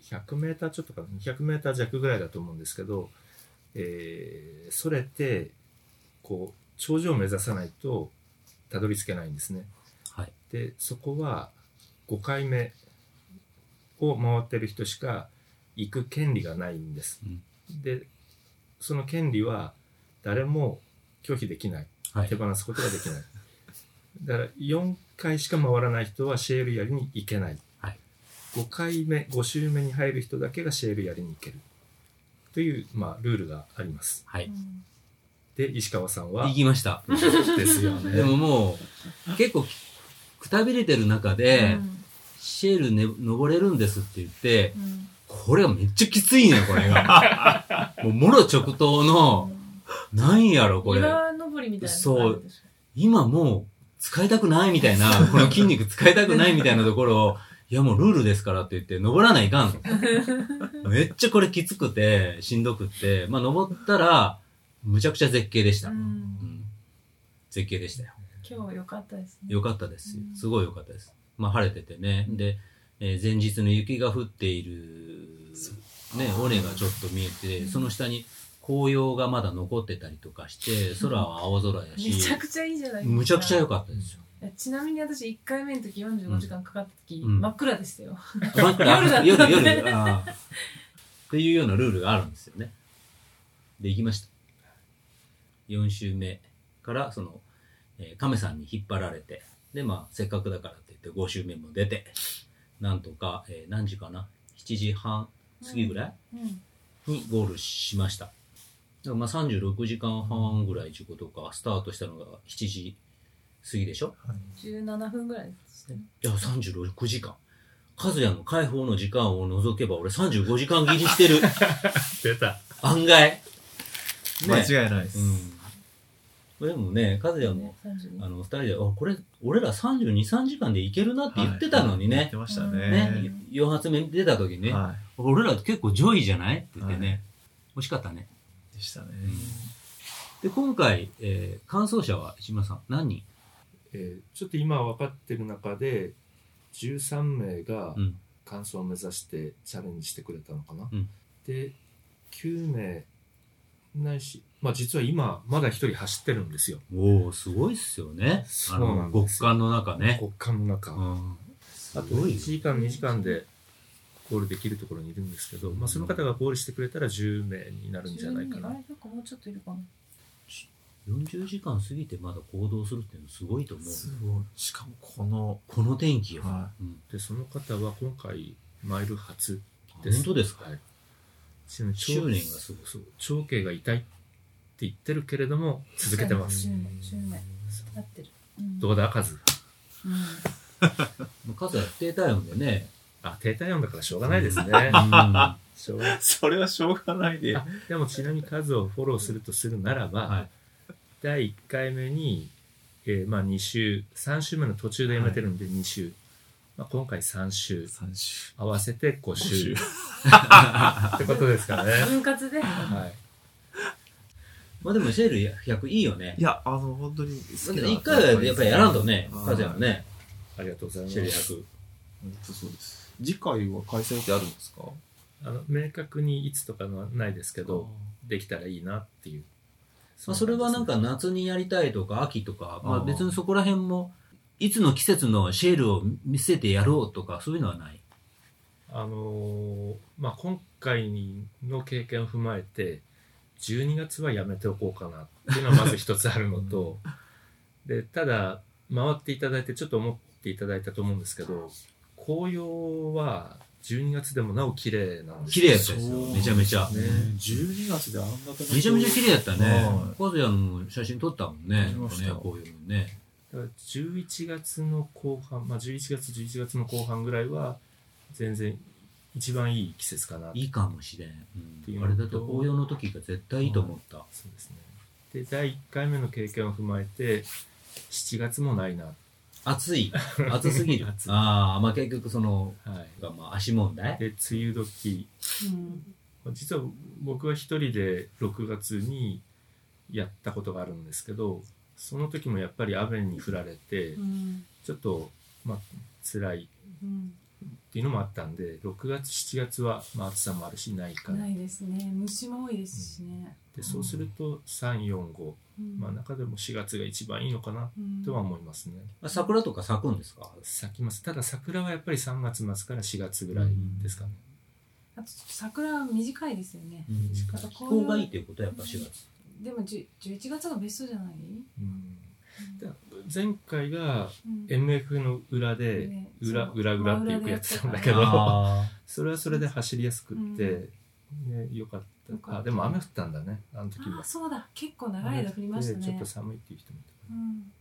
B: 100メーターちょっとかな、200メーター弱ぐらいだと思うんですけど、えーそれて、こう、頂上を目指さないと、たどり着けないんですね。
A: はい。
B: で、そこは、5回目を回ってる人しか行く権利がないんです。
A: うん
B: で、その権利は、誰も拒否できない
A: はい
B: 手。放すことができないだから4回しか回らない人はシェールやりに行けない、
A: はい
B: 5回目5周目に入る人だけがシェールやりに行けるという、まあ、ルールがあります
A: はい。
C: うん
B: で石川さんは
A: 行きました。
B: ですよ
A: で
B: ね
A: ももう、結構、くたびれてる中で、
C: うん
A: シェール、ね、登れるんですって言って、
C: うん
A: これはめっちゃきついねん、これが。もう、もろ直投の、なんやろ、これ。
C: 岩登りみたいなのがあるでしょ
A: 今もう使いたくないみたいな、この筋肉使いたくないみたいなところを、いやもうルールですからって言って、登らないかん。 めっちゃこれきつくて、しんどくって、まあ登ったら、むちゃくちゃ絶景でした。
C: う
A: うんん絶景でしたよ。
C: 今日は良かったですね
A: よかったですよ。すごいよかったです。まあ晴れててね。で、えー前日の雪が降っている、ね、尾根がちょっと見えて、その下に紅葉がまだ残ってたりとかして、空は青空やし
C: め、ちゃくちゃいいじゃないですか
A: むちゃくちゃ良かったですよ。
C: いやちなみに私1回目の時45時間かかった時、
A: うん
C: 真っ暗でしたよ、
A: 真っ暗
C: 夜だった
A: 夜夜あーっていうようなルールがあるんですよねで行きました4週目からその、えー亀さんに引っ張られてでまあせっかくだからって言って5週目も出てなんとか、えー何時かな7時半過ぎぐらい、
C: うん
A: にゴールしました。だからまあ36時間半ぐらい事故とか、スタートしたのが7時過ぎでしょ
C: 17分ぐらいですね
A: いや、36時間。和也の解放の時間を除けば、俺35時間切りしてる。
B: 出た。
A: 案外。ね、
D: 間違いないです。
A: うん。でもね、和也も、あ
C: 32
A: の、二人で、あ、これ、俺ら32、3時間でいけるなって言ってたのに
D: 言っ
A: ね
D: て。ました
A: ね
D: ね。、
A: 4発目出た時にね、
D: は
A: 俺ら結構上位じゃないって言ってね、惜しかったね。
D: い。でしたね。
A: で、今回、えー、感想者は石村さん、何人
B: えーちょっと今分かってる中で、13名が
A: うん。
B: 完走を目指してチャレンジしてくれたのかな。
A: うん
B: で、9名ないし、まあ実は今、まだ1人走ってるんですよ。
A: おー、すごいっすよね。
B: そ
A: あ
B: うなんですよ
A: の、極寒の中ね。
B: 極寒の中。
A: うん。
B: あと
A: すごい
B: 1時間、2時間でゴールできるところにいるんですけど、まあ、その方がゴールしてくれたら10名になるんじゃないか
C: あれ
B: な。
C: なんかもうちょっといるかな
A: 40時間過ぎてまだ行動するっていうのすごいと思う。
D: すごい。しかもこの、
A: この天気よ。
D: は
A: うん、
B: で、その方は今回、マイル初です。
A: 本当ですか、
B: はいちなみに
A: 執
B: 長
A: 念がすごい。
B: そう長兄が痛いって言ってるけれども、続けてます。
C: 10名10名合ってる、うん
B: どうだ、カズ。
C: うん
A: 数は低体温でね。
B: あ、低体温だからしょうがないですね。
A: は
B: しょうがない
D: それはしょうがないで
B: あでもちなみにカズをフォローするとするならば、
A: はい
B: 第1回目に、えーまあ、2週3週目の途中でやめてるんで2週、まあ、今回3週
D: 三週。
B: 合わせて5週
D: 5
B: ってことですかね
C: 分割で
B: はい
A: まあでもシェール100いいよね
D: い。や、あの、本当に好きな。
A: 一回はやっぱりやらんとね、
D: はい
A: 数やはね、
B: ありがとうございま
A: シェール
B: す
A: 100。
D: 本当そうです。次回は開催ってあるんですか
B: あの明確にいつとかのはないですけどできたらいいなっていう
A: まあそれはなんか
B: そう
A: 夏にやりたいとか秋とか、ま
D: あ
A: あ
D: ー
A: 別にそこら辺も、いつの季節のシェールを見せてやろうとかそういうのはない。
B: あのーまあ、今回の経験を踏まえて12月はやめておこうかなっていうのはまず一つあるのと、でただ回っていただいてちょっと思っていただいたと思うんですけど紅葉は12月でもなお綺麗なんです
A: 綺
B: よ
A: 麗やったですよ、めちゃめちゃ。
D: ね、12月であんだけの
A: めちゃめちゃ綺麗やったね
D: は。
A: 和也の写真撮ったもん
D: 撮
A: ね。
D: り
A: なん
D: ま
A: か
D: した
A: ね、こういうのね。
B: だから11月の後半、まあ、11月11月の後半ぐらいは全然一番いい季節かなって
A: いいかもしれん。、
B: ていううんの
A: あ
B: と
A: れだと紅葉の時が絶対いいと思った。
B: そうですねで第1回目の経験を踏まえて7月もないな
A: 暑 い。暑すぎる
B: 暑。い
A: ああ、まあ結局その、
B: はい
A: がまあ足問題。
B: で梅雨時
C: うん
B: 実は僕は一人で6月にやったことがあるんですけどその時もやっぱり雨に降られて
C: うん
B: ちょっとまあ辛い
C: うん
B: っていうのもあったんで6月7月はまあ暑さもあるしないから
C: ないですね虫も多いですしね、
B: でそうすると345
C: うん
B: まあ中でも4月が一番いいのかな
C: うん
B: とは思いますね
A: まあ桜とか咲くんですか
B: 咲きますただ桜はやっぱり3月末から4月ぐらいですかね
C: あと桜は短いですよね
A: 気
C: あと
A: 候
C: 紅
A: が
C: 葉
A: いいっていうことはやっぱ4月。
C: でもじゅ11月がベストじゃない、
B: うんだ前回が
C: うん、
B: MF の裏で
C: ね
B: 裏
C: そう
B: 裏裏ってよくやってたんだけ
C: 真裏でやってた
B: ど
A: あ
B: それはそれで走りやすくって、ね、よかっ
C: よ
B: た
C: かった
B: あでも雨降ったんだねあの時
C: あ
B: は
C: あそうだ結構長い間降りました
B: 雨降ってちょ
C: ね
B: っと寒いっていう人もいた
C: うん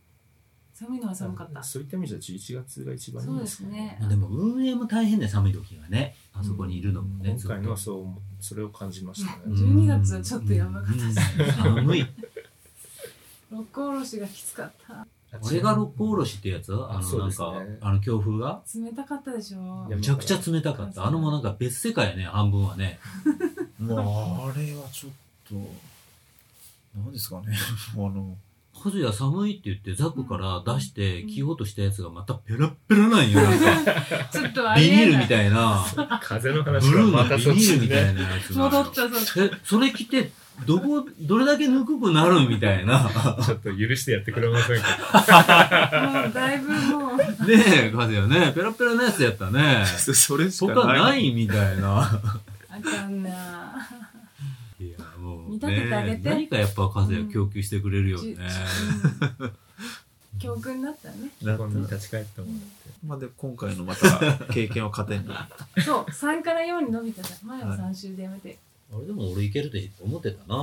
C: 寒いのは寒かった。そ
B: そういった意味じゃ11月が一番いいん
C: う
B: で
C: ですす
B: か
C: ね。
A: でも運営も大変で寒い時はねあそこにいるのもね、
B: 今
A: ずっと
B: 回のはそう思うそれを感じました
A: うん
B: ね。
C: 12月はちょっとやばかったです
A: うん寒い
C: 六甲おろしがきつかった。
A: これが六甲おろしってやつあの
B: そう
A: なん
B: ですね
A: か、あの強風が
C: 冷たかったでしょ
B: いや。
A: めちゃくちゃ冷たかったあのもうなんか別世界やね半分はね
D: まあ、あれはちょっと、なんですかね。 あの、
A: 和也寒いって言ってザクから出して着ようとしたやつがまたペラッペラなんよなんか
C: ちょっとあ
A: ビ
C: り
A: ニ
C: え
A: ール
C: な
A: み
C: い。
A: たいな
B: 風
A: ブ
B: の話が
A: ルー
B: ま
A: の
B: た
A: ビ
B: そっ
A: ニ
B: ち
A: ール
B: に
A: みたい
B: ね。
A: なやつなの
C: 戻ったそうです。
A: えそれ着てどこどれだけぬくくなるみたい な
B: ちょっと許してやってくれませんか。
C: もうだいぶもう
A: ねえ和也ねペラペラなやつやったね
D: それし
A: 他ないみたい な
C: あかんない
A: やもう、ね、
C: 見立ててあげて
A: 何かやっぱ和也供給してくれるよね、
C: うん教訓になったね。
D: な
B: 今度に立ち返ってもらって。
D: まあ、で、今回のまた経験を糧に。
C: そう、三から四に伸びたじゃん。前は三週でやめて。
A: あれでも俺いけるって思ってたな、
B: あ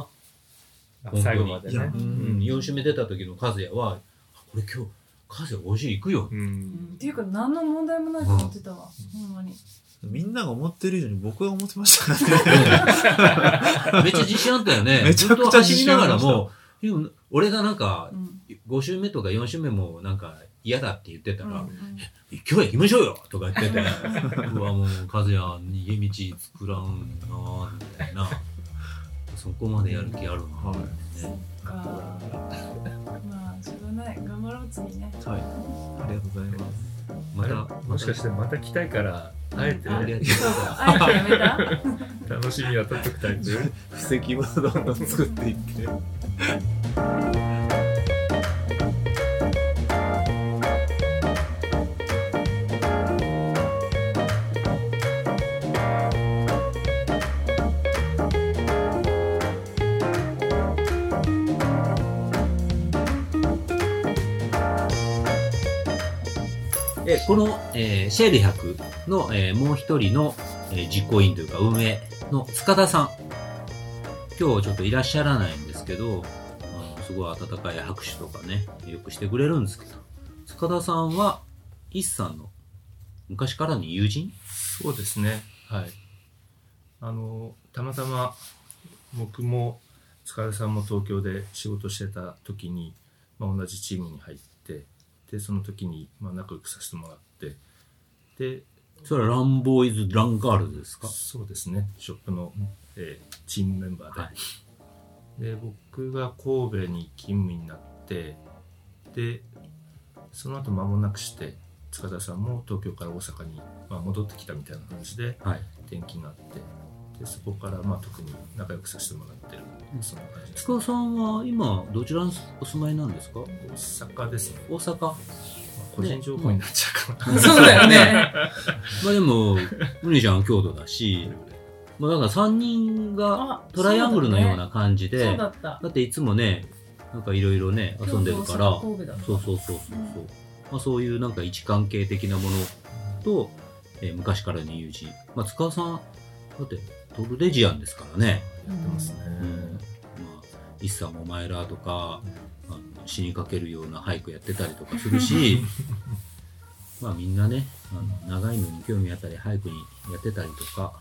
A: 本当に
B: 最後まで
A: いや
B: ね
A: う。ん、4週目出た時の和也はあこれ今日和也おいしい行くよ
B: う
C: うんっ
B: ん
C: ていうか何の問題もないと思ってたわ。ほんまに。
D: みんなが思ってる以上に僕が思ってましたからね。
A: めっちゃ自信あったよね
D: めちゃくちゃ
A: ずっと
D: 自信あり
A: 走りながら
D: ました
A: もでも俺がなんか
C: うん。
A: 5週目とか4週目もなんか嫌だって言ってたら、
C: うん
A: 今日は行きましょうよとか言 ってて、
C: う
A: うわ、もう、和也、逃げ道作らんな、みたいな。そこまでやる気あるな、
D: はい
A: みたいなね
C: かまあしょうがない頑張ろう次ね
D: はい。ありがとうございます。
A: ま
B: あれ
A: た、
B: もしかしてまた来たいから、あえて
A: ありがとう
C: そうそうあえてやめた
B: 楽しみは取っとくタイプ。
D: 布石をどんどん作っていって。
A: えこの、えーシェール100の、えーもう一人の、えー実行委員というか運営の塚田さん。今日ちょっといらっしゃらないんですけど、あのすごい温かい拍手とかね、よくしてくれるんですけど、塚田さんは、一さんの昔からの友人
B: そうですね。はい。あの、たまたま僕も塚田さんも東京で仕事してた時に、まあ、同じチームに入って、で、その時に、まあ、仲良くさせてもらって、で、
A: それはランボーイズ・ランガールズですか
B: そうですね、ショップの、えーチームメンバーで。
A: はい
B: で、僕が神戸に勤務になって、で、その後間もなくして、塚田さんも東京から大阪に、まあ、戻ってきたみたいな感じで、
A: はい。
B: 転機があってでそこからまあ特に仲良くさせてもらってるそんな感じです
A: 塚田さんは今、どちらにお住まいなんですか
B: 大阪ですね、
A: 大阪
B: まあ個人情報になっちゃうかな、
C: そうだよね
A: まあでも、ムネちゃんは京都だし、まあだから3人がトライアングルのような感じで、
C: そうだ
A: だ
C: った
A: っていつもね、なんかいろいろね、遊んでるから、
C: そう神戸だ
A: そうそうそうそうそう、まあそういうなんか位置関係的なものと、えー昔からの友人。まあ塚田さん、だってトルデジアンですからね。
B: やってますね、
A: うんまあ、一さんもお前らとか、あの死にかけるような俳句やってたりとかする し、まあみんなね、あの長いのに興味あったり俳句にやってたりとか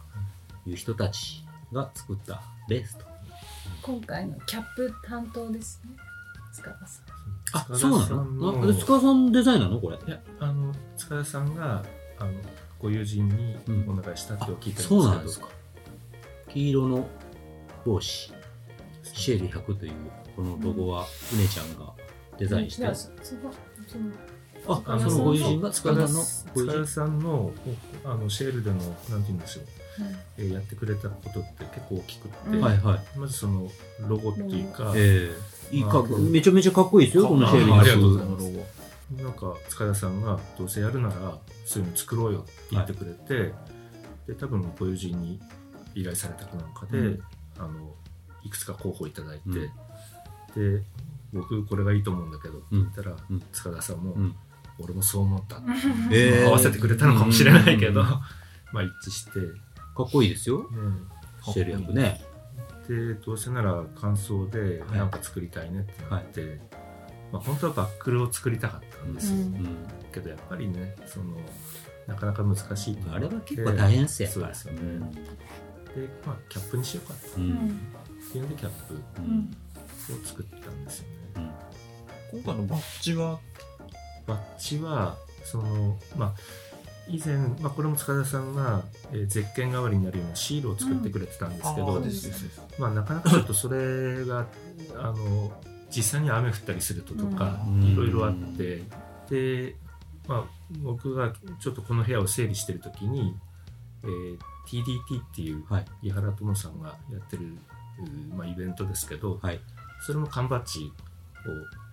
A: いう人たちが作ったベースと。
C: 今回のキャップ担当ですね塚田さん
A: あ、
B: 塚田さ
A: そ
B: ん
A: う
B: の
A: なのあで塚田さんデザインなのこれ。
B: いやあの塚田さんがあのご友人にお願いしたって聞いたんですけ
A: そ
B: ど、
A: うなんですか。黄色の帽子、シェリ100というこのロゴは、うねちゃんがデザインして、
C: いや
A: あ、
C: そそこその
A: そ
B: あ
A: のご友人が塚田さんのご友
B: 塚
A: 人
B: 田。さんのあのシェールでのなんて言うんでしょう、
C: う
B: えーやってくれたことって結構大きくって、
C: うん
A: はいはい。
B: まずそのロゴっていうか、
A: ええいいかっこ
B: まあ
A: めちゃめちゃかっこいいですよ、
B: か
A: このシェーリ
B: あありがとうござい
A: ー
B: ますなんか塚田さんがどうせやるならそういうの作ろうよって言ってくれて、で多分ご友人に依頼されたかなんかで、
A: うん
B: あのいくつか候補いただいて、
A: うん
B: で僕これがいいと思うんだけどって言ったら、
A: うん
B: 塚田さんも、
A: うん
B: 俺もそう思ったって、
C: ん
A: え
B: 合わせてくれたのかもしれないけど、
A: うん
B: まあ一致して、
A: かっこいいですよ、シェーリー役ね。
B: でどうせなら感想で
A: はい
B: 何か作りたいねってなって、まあ、本当はバックルを作りたかったんですよ、
C: うん
A: うん
B: けどやっぱりねそのなかなか難しいっていうのが
A: あれは結構大変っすよ、
B: そうですよね、で、まあ、キャップにしようかっ
A: うんうん
B: ていうんでキャップ
A: う
C: うん
B: を
C: ん
B: 作ったんですよね
A: うん
D: 今回のバッジは
B: バッジはそのまあ以前、まあ、これも塚田さんが、えー、ゼッケン代わりになるようなシールを作ってくれてたんですけど、
D: あー
C: で
D: ですです
B: まあ、なかなかちょっとそれがあの実際に雨降ったりするととか
A: うん
B: いろいろあってで、まあ、僕がちょっとこの部屋を整理してる時に、えー TDT っていう
A: はい
B: 井原智さんがやってる、うーまあ、イベントですけど、
A: はい
B: それも缶バッジを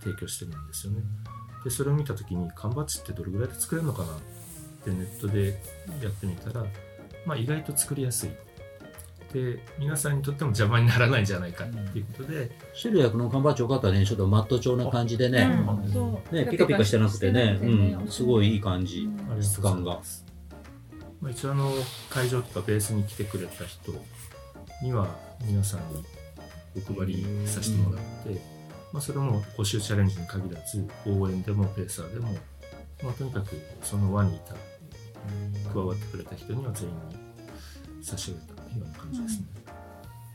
B: 提供してるんですよね。でそれを見た時に缶バッジってどれぐらいで作れるのかなってネットでやってみたら、まあ、意外と作りやすいで皆さんにとっても邪魔にならないんじゃないかっていうことで、
A: シェル役の缶バッジよかったねちょっとマット調な感じでね、
C: うんそう
A: ねピカピカしてなくてねうん、すごいいい感
C: う
A: じ、
C: ん
B: ありがと
A: 質
B: うござい
A: 感が
B: ますまあ、一応あの会場とかベースに来てくれた人には皆さんにお配りさせてもらって、まあ、それも募集チャレンジに限らず応援でもペーサーでも、まあ、とにかくその輪にいた加わってくれた人には全員に差し上げたような感じですね、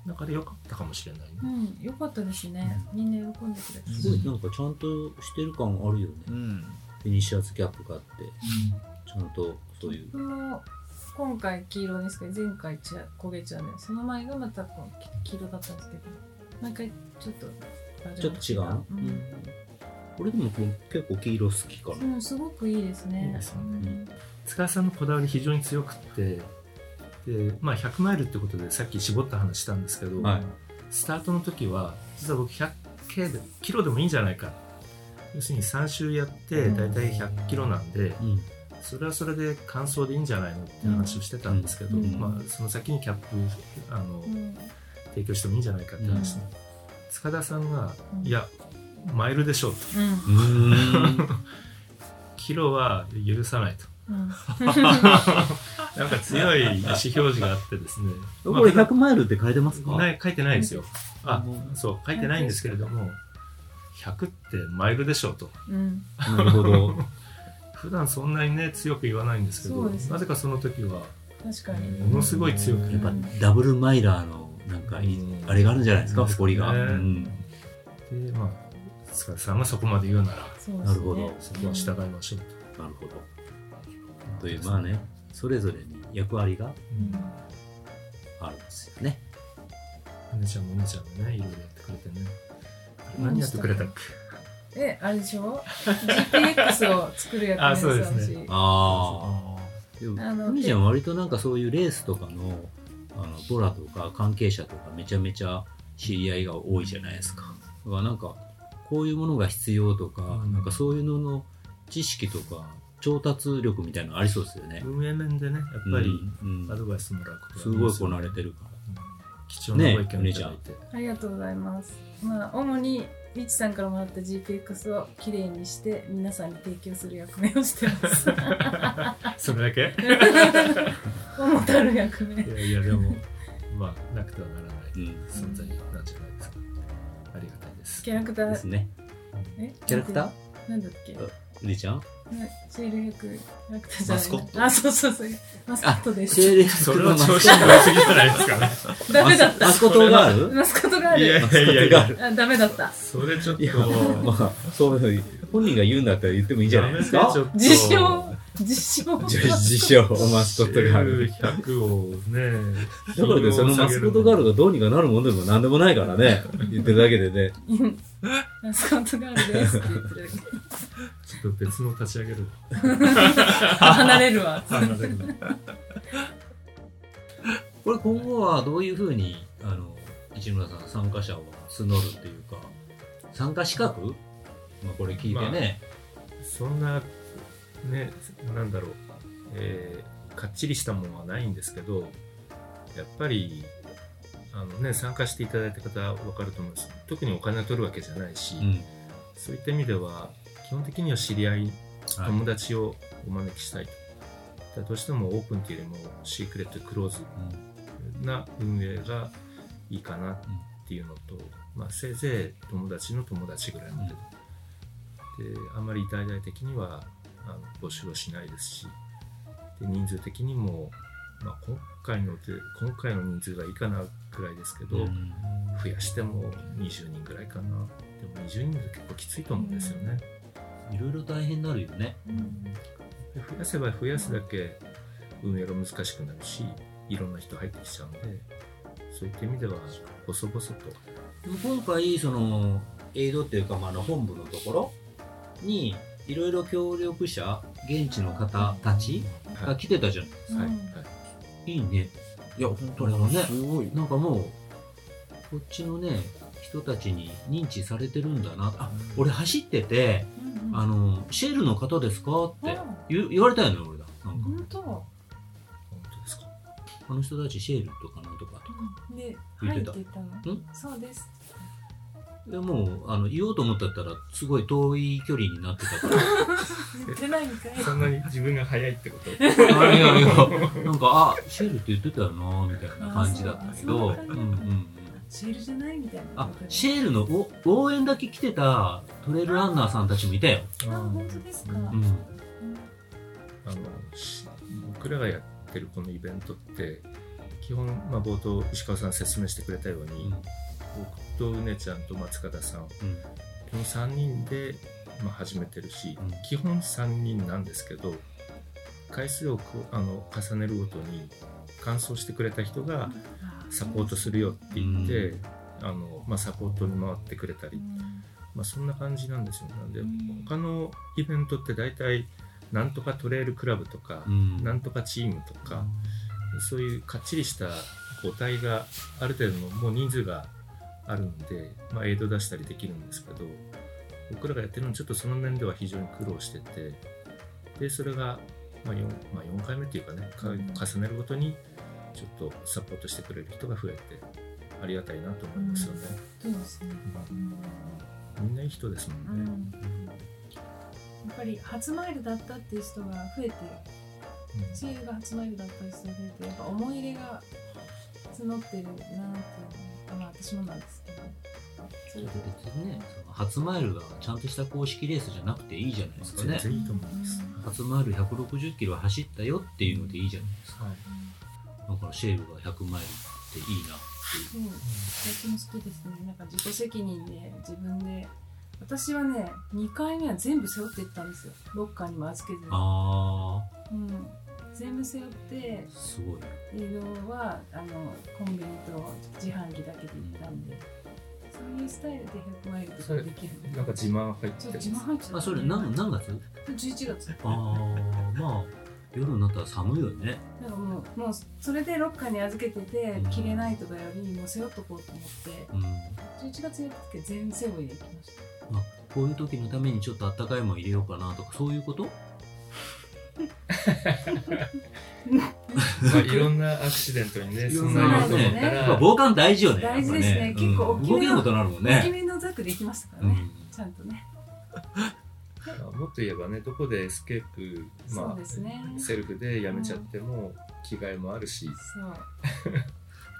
B: だから良かったかもしれないね、
C: うん、よかったですね。みんな喜んでくれて。
A: すごいなんかちゃんとしてる感あるよね、
D: うん
A: フィニッシャーズキャップがあってちゃんとそういう
C: 僕も今回黄色ですけど、前回ちゃ焦げちゃうね。その前がまたこうき黄色だったんですけど、毎回ちょっとバー
A: ち
C: ジ
A: ょっと違う
C: ョン
A: の、うん俺でも結構黄色好きかな、
C: うん、すごくいいですね。
B: いいですね
C: うん
B: 塚田さんのこだわり非常に強くってで、まあ、100マイルってことでさっき絞った話したんですけど、
A: はい
B: スタートの時は実は僕100キロでキロでもいいんじゃないか要するに3周やって
C: うん
B: 大体100キロなんで、
A: うん
B: それはそれで完走でいいんじゃないのって話をしてたんですけど、
C: うん
B: まあ、その先にキャップあの、
C: うん
B: 提供してもいいんじゃないかって話に、
A: う
B: 塚田さんが「
C: うん
B: いやマイルでしょ」と
A: うーん
B: 「キロは許さない」と
C: うん
B: なんか強い意思表示があってですね
A: これ100マイルって書いてますか、
B: ない書いてないですよあ
A: うん
B: そう書いてないんですけれども100ってマイルでしょうと
C: うん
A: なるほ ど
B: 普段そんなにね強く言わないんですけど
C: そうですね
B: なぜかその時は
C: 確かに。
B: ものすごい強く
A: やっぱダブルマイラーのなんかいい
B: うん
A: あれがあるんじゃないですか誇りが、
B: ね
A: うん
B: でまあ塚田さんがそこまで言うなら
C: そうですね
A: なるほど
B: そこは従いましょうと
A: なるほどというまあねそれぞれに役割が
C: うん
A: あるんですよね
B: お姉ちゃんもお姉ちゃんもねいろいろやってくれてねあれ何やってくれたっけ
C: え、あれでしょ ?GPX を作るやつのやつ
B: あそうですね
C: 私
A: ああでも
C: あの
A: ふみちゃん割となんかそういうレースとかのあのボラとか関係者とかめちゃめちゃ知り合いが多いじゃないですかだからなんかこういうものが必要とか、
B: うん
A: なんかそういうのの知識とか調達力みたいなのありそうですよね
B: 運営面でねやっぱり
A: うんう
B: ア
A: ん
B: ドバイスもらうこと
A: すごいこ
B: の
A: なれてるから
B: 貴重なご意見をいただいて、
C: ありがとうございます。まあ、主に、リチさんからもらった GPX をきれいにして、皆さんに提供する役目をして ます。
B: それだけ
C: 主たる役目。
B: いやいやでもまあなくてはならない
A: うん
B: 存在なんじゃないですかありがたいです
C: キャラクタ
A: です
C: ー、
A: ね
C: え
A: キャラクタ
C: なんだっけ
A: ーりちゃん
C: なシェール役、キャラクターじゃない
D: マスコット
C: あ、そうそうそう。マスコットで
A: シェー
C: す。
A: レ
B: それは調子に乗りすぎじゃないですかね
C: ダメだっ
A: マ
C: た。
A: スコットがある
C: マスコットがあ
B: いや
C: る。
B: いや いやい
A: マスコットがある
B: や
C: あ、ダメだった。
B: それちょっと
A: いや、まあ、そういうふうに、本人が言うんだったら言ってもいいんじゃないですか
B: ダ。メね
C: 自
B: ちょっ
C: 称、自称。
A: 自自称、マスコッ
B: と
A: トガール。
B: 100をね
A: だからね、そのマスコットガールがどうにかなるものでも何でもないから ね、言ってるだけでね。
C: うんマスコットガールですって言って るだけ。
B: ちょっと別の立ち上げる
C: 離れるわ。
B: 離れるの
A: これ今後はどういうふうに、あの、市村さん参加者を募るっていうか、参加資格まあこれ聞いてね、
B: そんなねなんだろう、えーかっちりしたものはないんですけどやっぱりあの、ね、参加していただいた方分かると思うんです特にお金を取るわけじゃないし、
A: うん。
B: そういった意味では基本的には知り合い友達をお招きしたいと、だどうしてもオープンというよりもシークレットクローズな運営がいいかなっていうのと、まあ、せいぜい友達の友達ぐらいまで、であんまり大々的にはあの募集はしないですしで人数的にも、まあ、今回ので今回の人数がいいかなくらいですけ
A: う
B: ど、
A: ん
B: 増やしても20人ぐらいかなでも20人って結構きついと思うんですよね、
A: いろいろ大変になるよね。
B: で増やせば増やすだけ運営が難しくなるしいろんな人入ってきちゃうんでそういった意味では細々と
A: でも今回そのエイドっていうか、まあ、あの本部のところにいろいろ協力者現地の方たち
B: は
A: が来てたじゃん
B: い、はいはい
A: いいね
D: いや、本
A: 当にね
D: すごい。
A: なんかもうこっちのね人たちに認知されてるんだなあ俺走ってて「あ
C: の
A: のシェールの方ですか?」って
C: 本
A: 言う言われたよね俺だなんか
C: 当
B: 本当ですか
A: あの人たちシェールとかなんとかとか
C: で
A: 言っ
C: 入
A: て
C: ったてたの
A: ん
C: そうです
A: でもうあの言おうと思ったったらすごい遠い距離になってたから
C: 言ってないみたい
B: そんなに自分が早いってこと
A: あいやいや、なんか、あ、シェルって言ってたよな、みたいな感じだったけど、う
C: あ
A: ん
C: そう
A: うんうん。
C: シールじゃないみたいな
A: あ、シェルのお応援だけ来てたトレイルランナーさんたちもいたよ。
C: あ本当ですか、
A: うん。
B: あのし僕らがやってるこのイベントって基本、まあ、冒頭石川さん説明してくれたよう
A: う
B: に、
A: ん
B: 僕とうねちゃんと松方さんこ
A: うん
B: の3人で、まあ、始めてるし、
A: うん
B: 基本3人なんですけど回数をこうあの重ねるごとに完走してくれた人がサポートするよって言って、
A: うん
B: あのまあ、サポートに回ってくれたり、まあ、そんな感じなんですよねなんで
C: うん
B: 他のイベントって大体なんとかトレイルクラブとか、
A: うん。
B: なんとかチームとか、そういうかっちりした個体がある程度のもう人数があるんで、まあ、エイド出したりできるんですけど僕らがやってるのはちょっとその面では非常に苦労しててでそれが、まあ 4, まあ4回目っていうかねか重ねるごとにちょっとサポートしてくれる人が増えてありがたいなと思いますよね、
C: そうですね、うん
B: みんないい人ですも
C: うん
B: ね、
C: ん、やっぱり初マイルだったっていう人が増えてシールが初マイルだったりするってやっぱ思い入れが募ってるなっていうのがまあ私もなんですけどそ
A: そ
C: れ
A: れ
C: で
A: で別にね、その初マイルがちゃんとした公式レースじゃなくていいじゃないですか
B: 全
A: ね。
B: 然いいと思います、
A: 初マイル160キロ走ったよっていうのでいいじゃないですか。
B: はい
A: だからシェルが100マイルっていいなって
C: うん私も好きですねなんか自己責任で自分で私はね2回目は全部背負っていったんですよロッカーにも預けず
A: いう。
C: に、
A: あ
C: うん、全部背負って
A: ー、すごい。
C: 移動はあのコンビニと自販機だけで行ったんでそういうスタイルで100マイルとかできる
B: なんか自慢入っ
C: ち
B: て
C: ょっと
B: る
C: 自慢入っちゃった
A: あ、それ何、何月
C: 11月
A: ああまあ夜になったら寒いよね
C: なんかもうもうそれでロッカーに預けてて
A: うん
C: 着れないとかよりもう背負っとこうと思って
A: うん
C: 11月やった時は全背負いで行きました
A: こういう時のためにちょっとあったかいもん入れようかなとかそういうこと
B: まあ、いろんなアクシデントにね、
A: いろ
B: そ
A: ん
B: ん
A: なね
B: なにと思った
A: や
C: や
A: っ
B: ら、
A: ぱ防寒大事よね
C: 大事ですね
A: やっぱ
C: 結構大き
A: 動
C: めな
A: けなことになるもん
C: 大き
A: ね
C: めのザックで行きましたか
A: う
C: らね、
A: ん
C: ちゃんとね
B: まあもっと言えばね、どこでエスケープ、
C: そ
B: ま
C: うですね
B: あ、セルフでやめちゃっても、着替えもあるし、
C: そう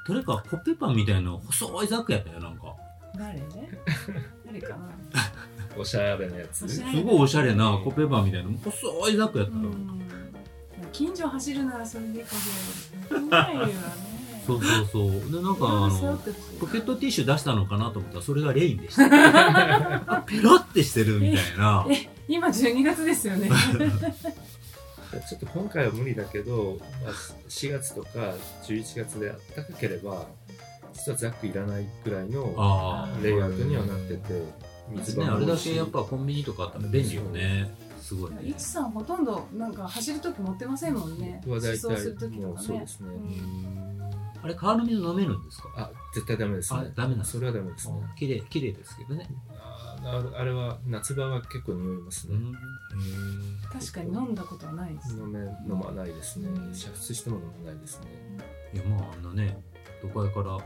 A: どれかコッペパンみたいな細いザックやったよなんか
C: 誰ね誰かな
B: おしゃれなやつ
C: お。しゃれ
A: すごいおしゃれなコッペパンみたいな細いザックやっ
C: う
A: たよ
C: ん近所走るならそれでいい かもしれないけど
A: そ
C: そう
A: そうそうでなんかあ
C: う
A: の
C: 背負って
A: ポ
C: ほし
A: ケ
C: い
A: ットティッシュ出したのかなと思ったらそれがレイン でしたペロってしてるみたいな
C: え今12月ですよ ね
B: ちょっと今回は無理だけど、まあ、4月とか11月であったかければ、実はザックいらないくらいの
A: ああ
B: レイアウトにはなってて、
A: です
B: 水
A: ね、
B: 場
A: あ
B: も
A: れ
B: 多
A: だ
B: いし
A: けやっぱコンビニとかあったら便利よね。すごい
C: い
A: ね。
C: ちさんほとんどなんか走る時持ってませんもんね
B: 僕は大
C: 思想する
B: 体、
C: 時と
B: もう
C: か
B: そう
C: ね
B: ですね。
C: うん
A: あれ、川の水飲めるんですか
B: あ、絶対ダメです
A: あ
B: ね、。
A: ダメなんです
B: そ
A: か
B: れはダメですね。
A: 綺麗、綺麗ですけどね。
B: あーあれは夏場は結構匂います
A: う
B: ね、
A: ん。
C: 確かに飲んだことはないです
B: 飲め飲まないですね
C: うん
B: 煮沸しても飲まないですね
A: いや、まあ、あんなね、都会からあっ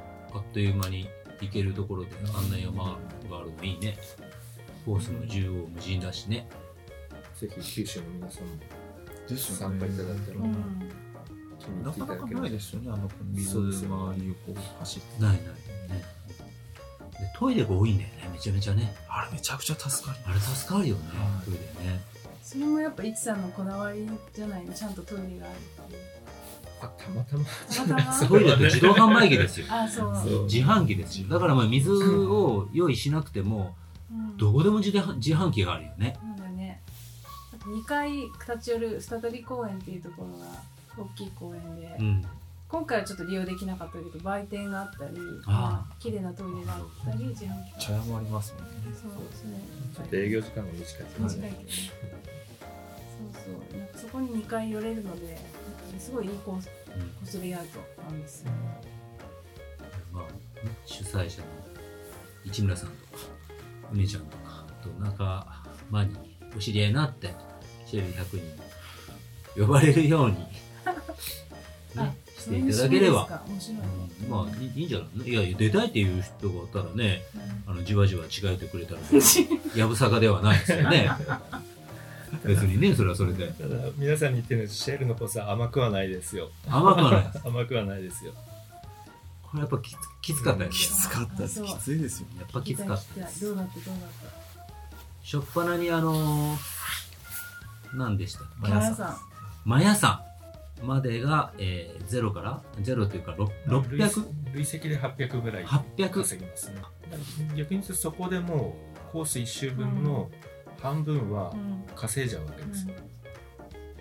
A: という間に行けるところで、あんな山があるのいいね。コースも縦横無尽だしね。
B: ぜひ九州の皆さんも
D: ですよ
B: 参加いただいたら
C: う
B: うん
C: ん
B: 気に入
D: な
B: っていた
D: かな
B: だ
D: か
B: ければ
D: ないですよね、あの、水
B: そうで
D: 回
B: す
D: り
B: よ
D: をこう走って。
A: ないない。ねでトトイレが多いんだよねめちゃめちゃね
D: あれめちゃくちゃ助かり
A: あれ助かるよね
D: はい
A: トイレね
C: それもやっぱいちさんのこだわりじゃないのちゃんとトイレがある
B: あたまたま
C: たまたま
B: そう
A: トイレと自動販売機ですすよ
C: あ そう
B: そう
A: 自販機ですよだからまあ水を用意しなくても
C: うん
A: どこでも自販自販機があるよね
C: なんだねあと2回立ち寄る再び公園っていうところが大きい公園で、
A: うん
C: 今回はちょっと利用できなかったけど売店があったり
A: あ
C: 綺麗なトイレがあったり自販機
D: 茶
C: があっ
D: 屋もありますもんね
C: たりそうですね
B: ちょっと営業時間が短い
C: 短いけどねそうそうなんかそこに2回寄れるのでなんかねすごいいいコース
A: うん
C: コースレイアウトなんですよ
A: まあね主催者の市村さんとか梅ちゃんとかあと仲間にお知り合いになってシェル100人呼ばれるように、ね、していただければ
C: あそういう趣味ですか面白いね
A: うんまあいいいいんじゃないいやいや出たいっていう人がいたらねあのじわじわ違えてくれたらやぶさかではないですよ ね別にねそれはそれで
B: ただ皆さんに言ってるんですシェルのコースは甘くはないですよ
A: 甘くはない
B: 甘くはないですよ
A: これやっぱきつきつかったよね
D: きつかったです
C: そう
D: きついですよ
A: やっぱきつかった
C: 聞
A: で
C: きい聞きい
A: す
C: どうだったどうだった
A: しょっぱなにあのー、何でした
C: キャラさん。
A: マヤさんまでが、えー、0から0というか
B: 累
A: 600800
B: 累積で800ぐらい稼ぎますね逆に言うとそこでもうコース1周分の半分は
C: うん
B: 稼いじゃうわけですよ、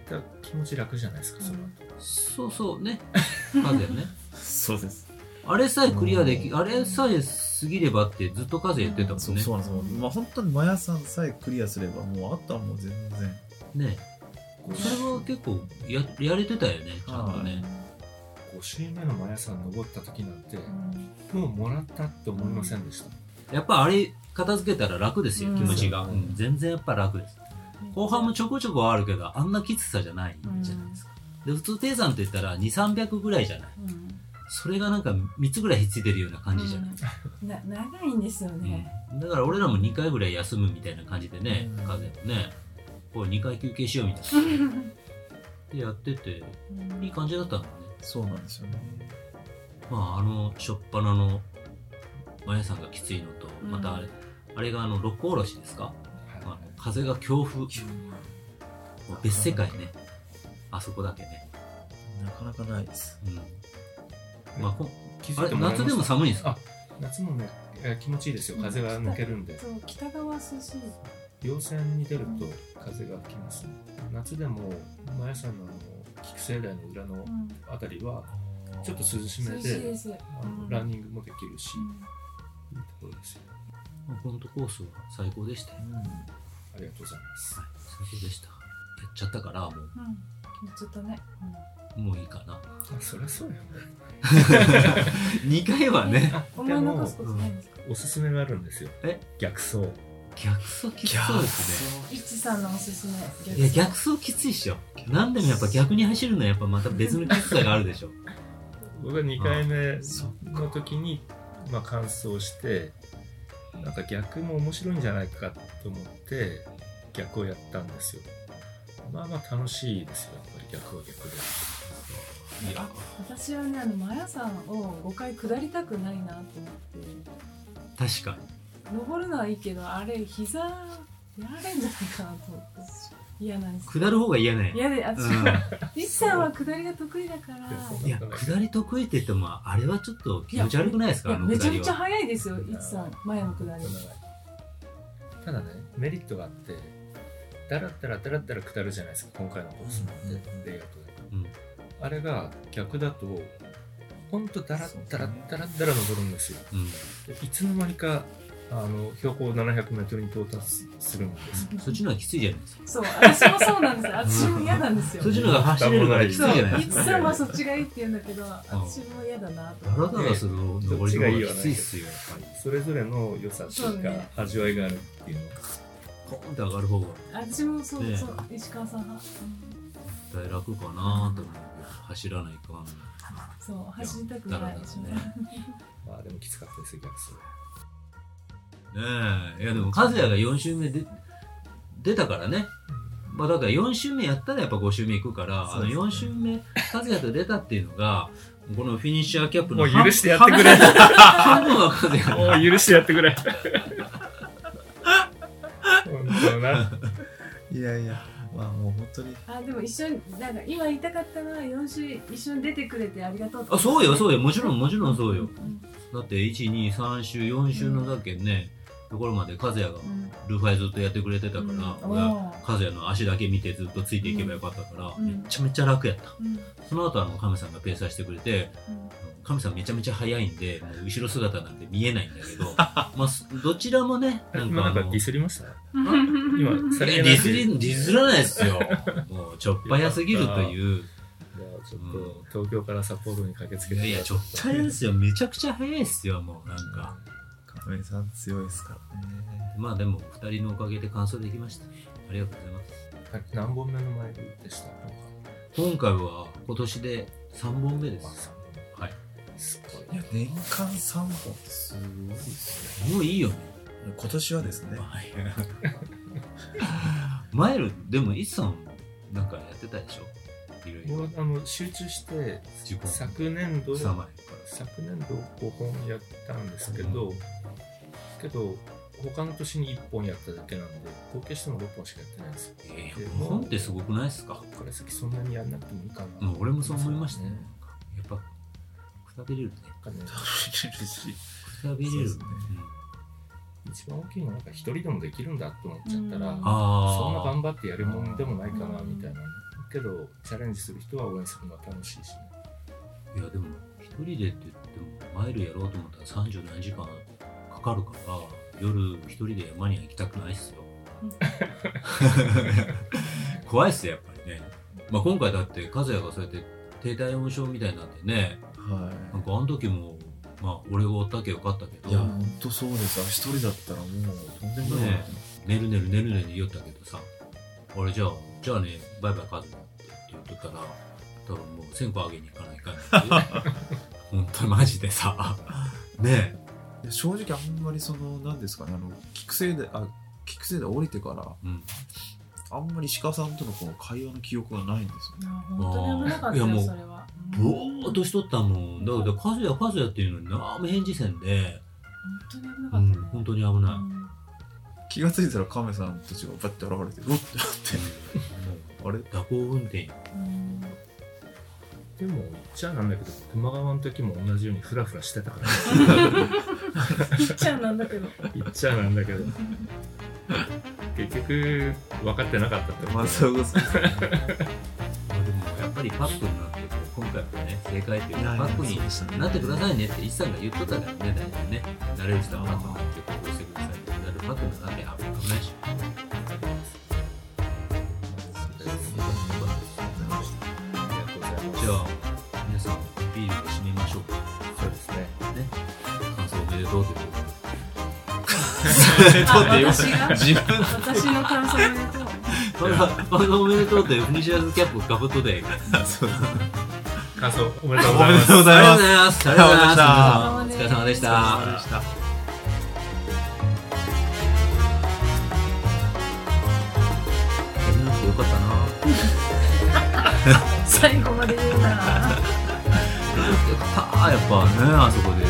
B: だから気持ち楽じゃないですかそれは、
A: そうそうね数やね
D: そうです
A: あれさえクリアでき
D: う
A: あれさえ過ぎればってずっと数やってたもんね
D: そうそうなんですよまあ本当にマヤさんさえクリアすればもうあとはもう全然
A: ねそれは結構ややれてたよねちゃんとね
B: 5周目のマヤさん登った時なんて
C: うん
B: もうもらったって思いませんでした、
A: やっぱあれ片付けたら楽ですよ
C: うん
A: 気持ちが、
D: うん
A: うん全然やっぱ楽です後半もちょこちょこはあるけどあんなきつさじゃないじゃないですか、で普通低山って言ったら2300ぐらいじゃない
C: うん
A: それがなんか3つぐらいひっついてるような感じじゃない、
C: うんな長いんですよね。
A: だから俺らも2回ぐらい休むみたいな感じでね、
D: うん
A: 風邪もねこう2回休憩しようみたい なでやってていい感じだったんだね
D: そうなんですよね
A: まああのしょっぱなのマヤさんがきついのと
C: うん
A: またあれ,、あれがあの六甲おろしですか、あ
B: は
A: の風が強風もう別世界ねあそこだけね、
D: なかなかないです
A: う
B: い
A: んまあ、こ
B: 気
A: あ
B: づい
A: れ
B: てもらえ
A: 夏でも
B: ます
A: 寒いんですか
B: あ夏もねえー気持ちいいですよ風が抜けるんで
C: そう北側涼しい。
B: 稜線に出ると風が吹きますね夏でもマヤさんのあの菊生台の裏の
C: うん
B: あたりはちょっと涼し
C: 涼
B: め
C: しい
B: で
C: です。う
B: あの
C: ん
B: ランニングもできるし、
C: う
B: い
C: ん
B: いところですよ
A: まあこのコースは最高でしたよ、
D: う
B: ありがとうございます
A: はい、最高でしたやっちゃったからも
C: うん。言っちゃったね。
A: うもういいかな
B: あそりゃそうよ
A: 2回はね
B: あ
C: うん
B: で
C: 思い残
B: も
C: すことないんですか。
B: おすすめがあるんですよ
A: え
B: 逆走
A: 逆走きつそうですね
C: いちさんのおすすめ。
A: いや逆走きついっしょ何でもやっぱ逆に走るのはやっぱまた別のきつさがあるでしょ
B: 僕は2回目
D: そ
B: の時にまあ完走してなんか逆も面白いんじゃないかと思って逆をやったんですよまあまあ楽しいですよやっぱり逆は逆で
A: いや
C: 私はねあのマヤさんを5回下りたくないなと思って。
A: 確かに
C: 登るのはいいけどあれ膝やられんじゃないかなと思って嫌なんです
A: 下る方が嫌ね
C: 嫌で
A: う
C: 私
A: ん、
C: リツさんは下りが得意だから
B: そう
A: いや下り得意って言ってもあれはちょっと気持ち悪くないです
C: い
A: か
C: や
A: あの
C: めち
A: 下
C: ゃめ
A: り
C: ちゃ
A: は
C: 早いですよリツさん前の下り
B: ただねメリットがあってだらだらだらだら下るじゃないですか今回のコースなんて、
D: うん
B: レイアウトで、
A: うん
B: あれが逆だとほんとだらだらだらだら登るんですよでいつの間にかあの標高 700m に到達するんです
A: うんそっちの方がきついじゃないですか
C: そう私もそうな んですよ私も嫌なんですよ
A: そっちの方が走れるからきついじ
C: そ
A: ゃ
C: う
A: ない
C: リ
A: です
C: ツ
A: か
C: さんはそっちがいいって言うんだけど私も嫌だなと
A: ダ
C: 思
A: ラ
C: って
A: ダラする登りの方がきついっすよやっぱり
B: それぞれの良さと
C: そ
B: いううか
C: ね
B: 味わいがあるっていうのが
A: ポンって上がる方が
C: 私もそう
A: ね
C: そう石川さん派うん
A: 絶対楽かなと思うけど走らないかん
C: そう走りたくない
A: だ
C: で
A: ら
C: しょ
A: だらね
B: まあでもきつかったですよ逆走
A: ねえいやでも和也が4周目で出たからね、まあ、だから4周目やったらやっぱ5周目行くから、あ
D: そう
A: の
D: です
A: 4
D: ね
A: 周目和也と出たっていうのがこのフィニッシャーキャップの
B: もう
A: 半
B: 許してやってく れ。
A: 半分は風が
B: もう許してやってくれ。本当な。
D: いやいや、まあもう本当に。
C: あでも一緒になんか今言いたかったのは4週一緒に出てくれてありがとう
A: あそうよそうよもちろんもちろんそうよ
C: ん
A: だって123週4週のだけねところまで和也が
C: うん
A: ルファイずっとやってくれてたから、
C: うん
A: 俺は
C: おー
A: 和也の足だけ見てずっとついていけばよかったから、
C: うん
A: めっちゃめちゃ楽やった
C: うん
A: その後あのカメさんがペーサーしてくれて
C: うん
A: カメさんめちゃめちゃ速いんでもう後ろ姿なんて見えないんだけ どまあすどちらもねなん
B: 今
A: かあ
B: なんか
A: の
B: ディスりました
C: 今
B: 今さ
A: え
B: れ
A: ディスりディスらないですよもうちょっぱやすぎるという
B: いやちょっと東京から札幌に駆けつけ
A: い
B: て
A: やいやちょっぱやですよめちゃくちゃ速いですよもうなんか。
D: 亀井さん強いですからね。
A: まあでも2人のおかげで完走できました。ありがとうございます。
B: 何本目のマイルでした
A: 今回は今年で3本目です。はい。
B: す
D: い
B: ごい
D: や、年間3本ってすごいですね。
A: もういいよね。
D: 今年はですね。
A: はい。 マイル、でもイッさんなんかやってたでしょいろいろ。
B: 僕はあの集中して
A: 自己
B: 昨年度
A: 3マイ
B: 昨年度5本やったんですけど、けど他の年に1本やっただけなんで合計しても6本しかやってないんですよ
A: ルから。えー、本ってすごくないですか
B: ここから先そんなにやんなくてもいいかな
A: もう俺もそう思いましたね
B: ね。
A: やっぱ、くたびれるね。
B: なんかね
A: くたびれる。
D: そうですね
A: うん
B: 一番大きいのはなんか一人でもできるんだって思っちゃったら、
C: うん
A: ああ。
B: そんな頑張ってやるもんでもないかな
C: うん
B: みたいなけどチャレンジする人は応援するのは楽しいし、ね、
A: いやでも一人でって言ってもマイルやろうと思ったら三十何時間かかるから夜一人で山には行きたくないっすよ
C: うん
A: 怖いっすよやっぱりね、まあ、今回だって和也がそうやって低体温症みたいになってねな
D: は
A: んかあの時もまあ俺が追ったけよかったけ
D: い。
A: ど
D: いや、本当そうです。あ、一人だったらもうとんでもない
A: ね。寝る寝る寝る寝る言おったけどさ俺じゃあじゃあねバイバイ和也って言っとったら多分もう線香あげに行かないかんっていう本当にマジでさねえ
D: いや正直あんまりその、なんですかね、あの、聞くせいで、あ、聞くせいで降りてから、
A: うん、
D: あんまり鹿さんとのこの会話の記憶がないんですよ
C: い
D: ね。
C: や本当に危なかった
A: いや
C: よ
A: もう
C: それは
A: ぼーっとしとったもんだからカズヤカズヤっていうのに何も返事せんで、う
C: 本
A: ん、
C: 当
A: 本
C: に
A: 当に危
C: 危な
A: な
C: か
A: い
D: 気がついたら亀さんたちがバッて現れて、うわってなって、あれ
A: 蛇行運転よ
C: ったうん
B: でも言っちゃなんだけど熊川の時も同じようにフラフラしてたから
C: ピッチャーなんだけど
B: 言っちゃなんだけど結局分かってなかったってこと
D: まあ、そういうことですね。
A: まあでもやっぱりパックになってこう今回もね正解って いうかパックにな
D: な
A: ってくださいねってイさんが言っとったからね大体ね慣れる人はパックになって行動してくださいってなるパックになってあ危ないし
B: ありがとうございます
A: じゃあ皆さんビールで締めましょうか
B: そうですね
A: ね感想おめでとうということで
D: だって
C: 私が
D: 自分で
C: 私の感想でとう
A: これはパックおめでとうというフィニッシャーズキャップをかぶっとで
D: そうです
B: 感想おめでとう
D: お
B: ござい
D: め
B: ま
D: ですとうございます。
A: ますありがとうございます
C: ありがとうございます
A: 皆様お疲れ様でし
D: お
A: た
D: 疲れ様でした。
A: やめなくてよかったな
C: 最後まで言うな
A: や
C: ら
A: ったーやっぱねあそこで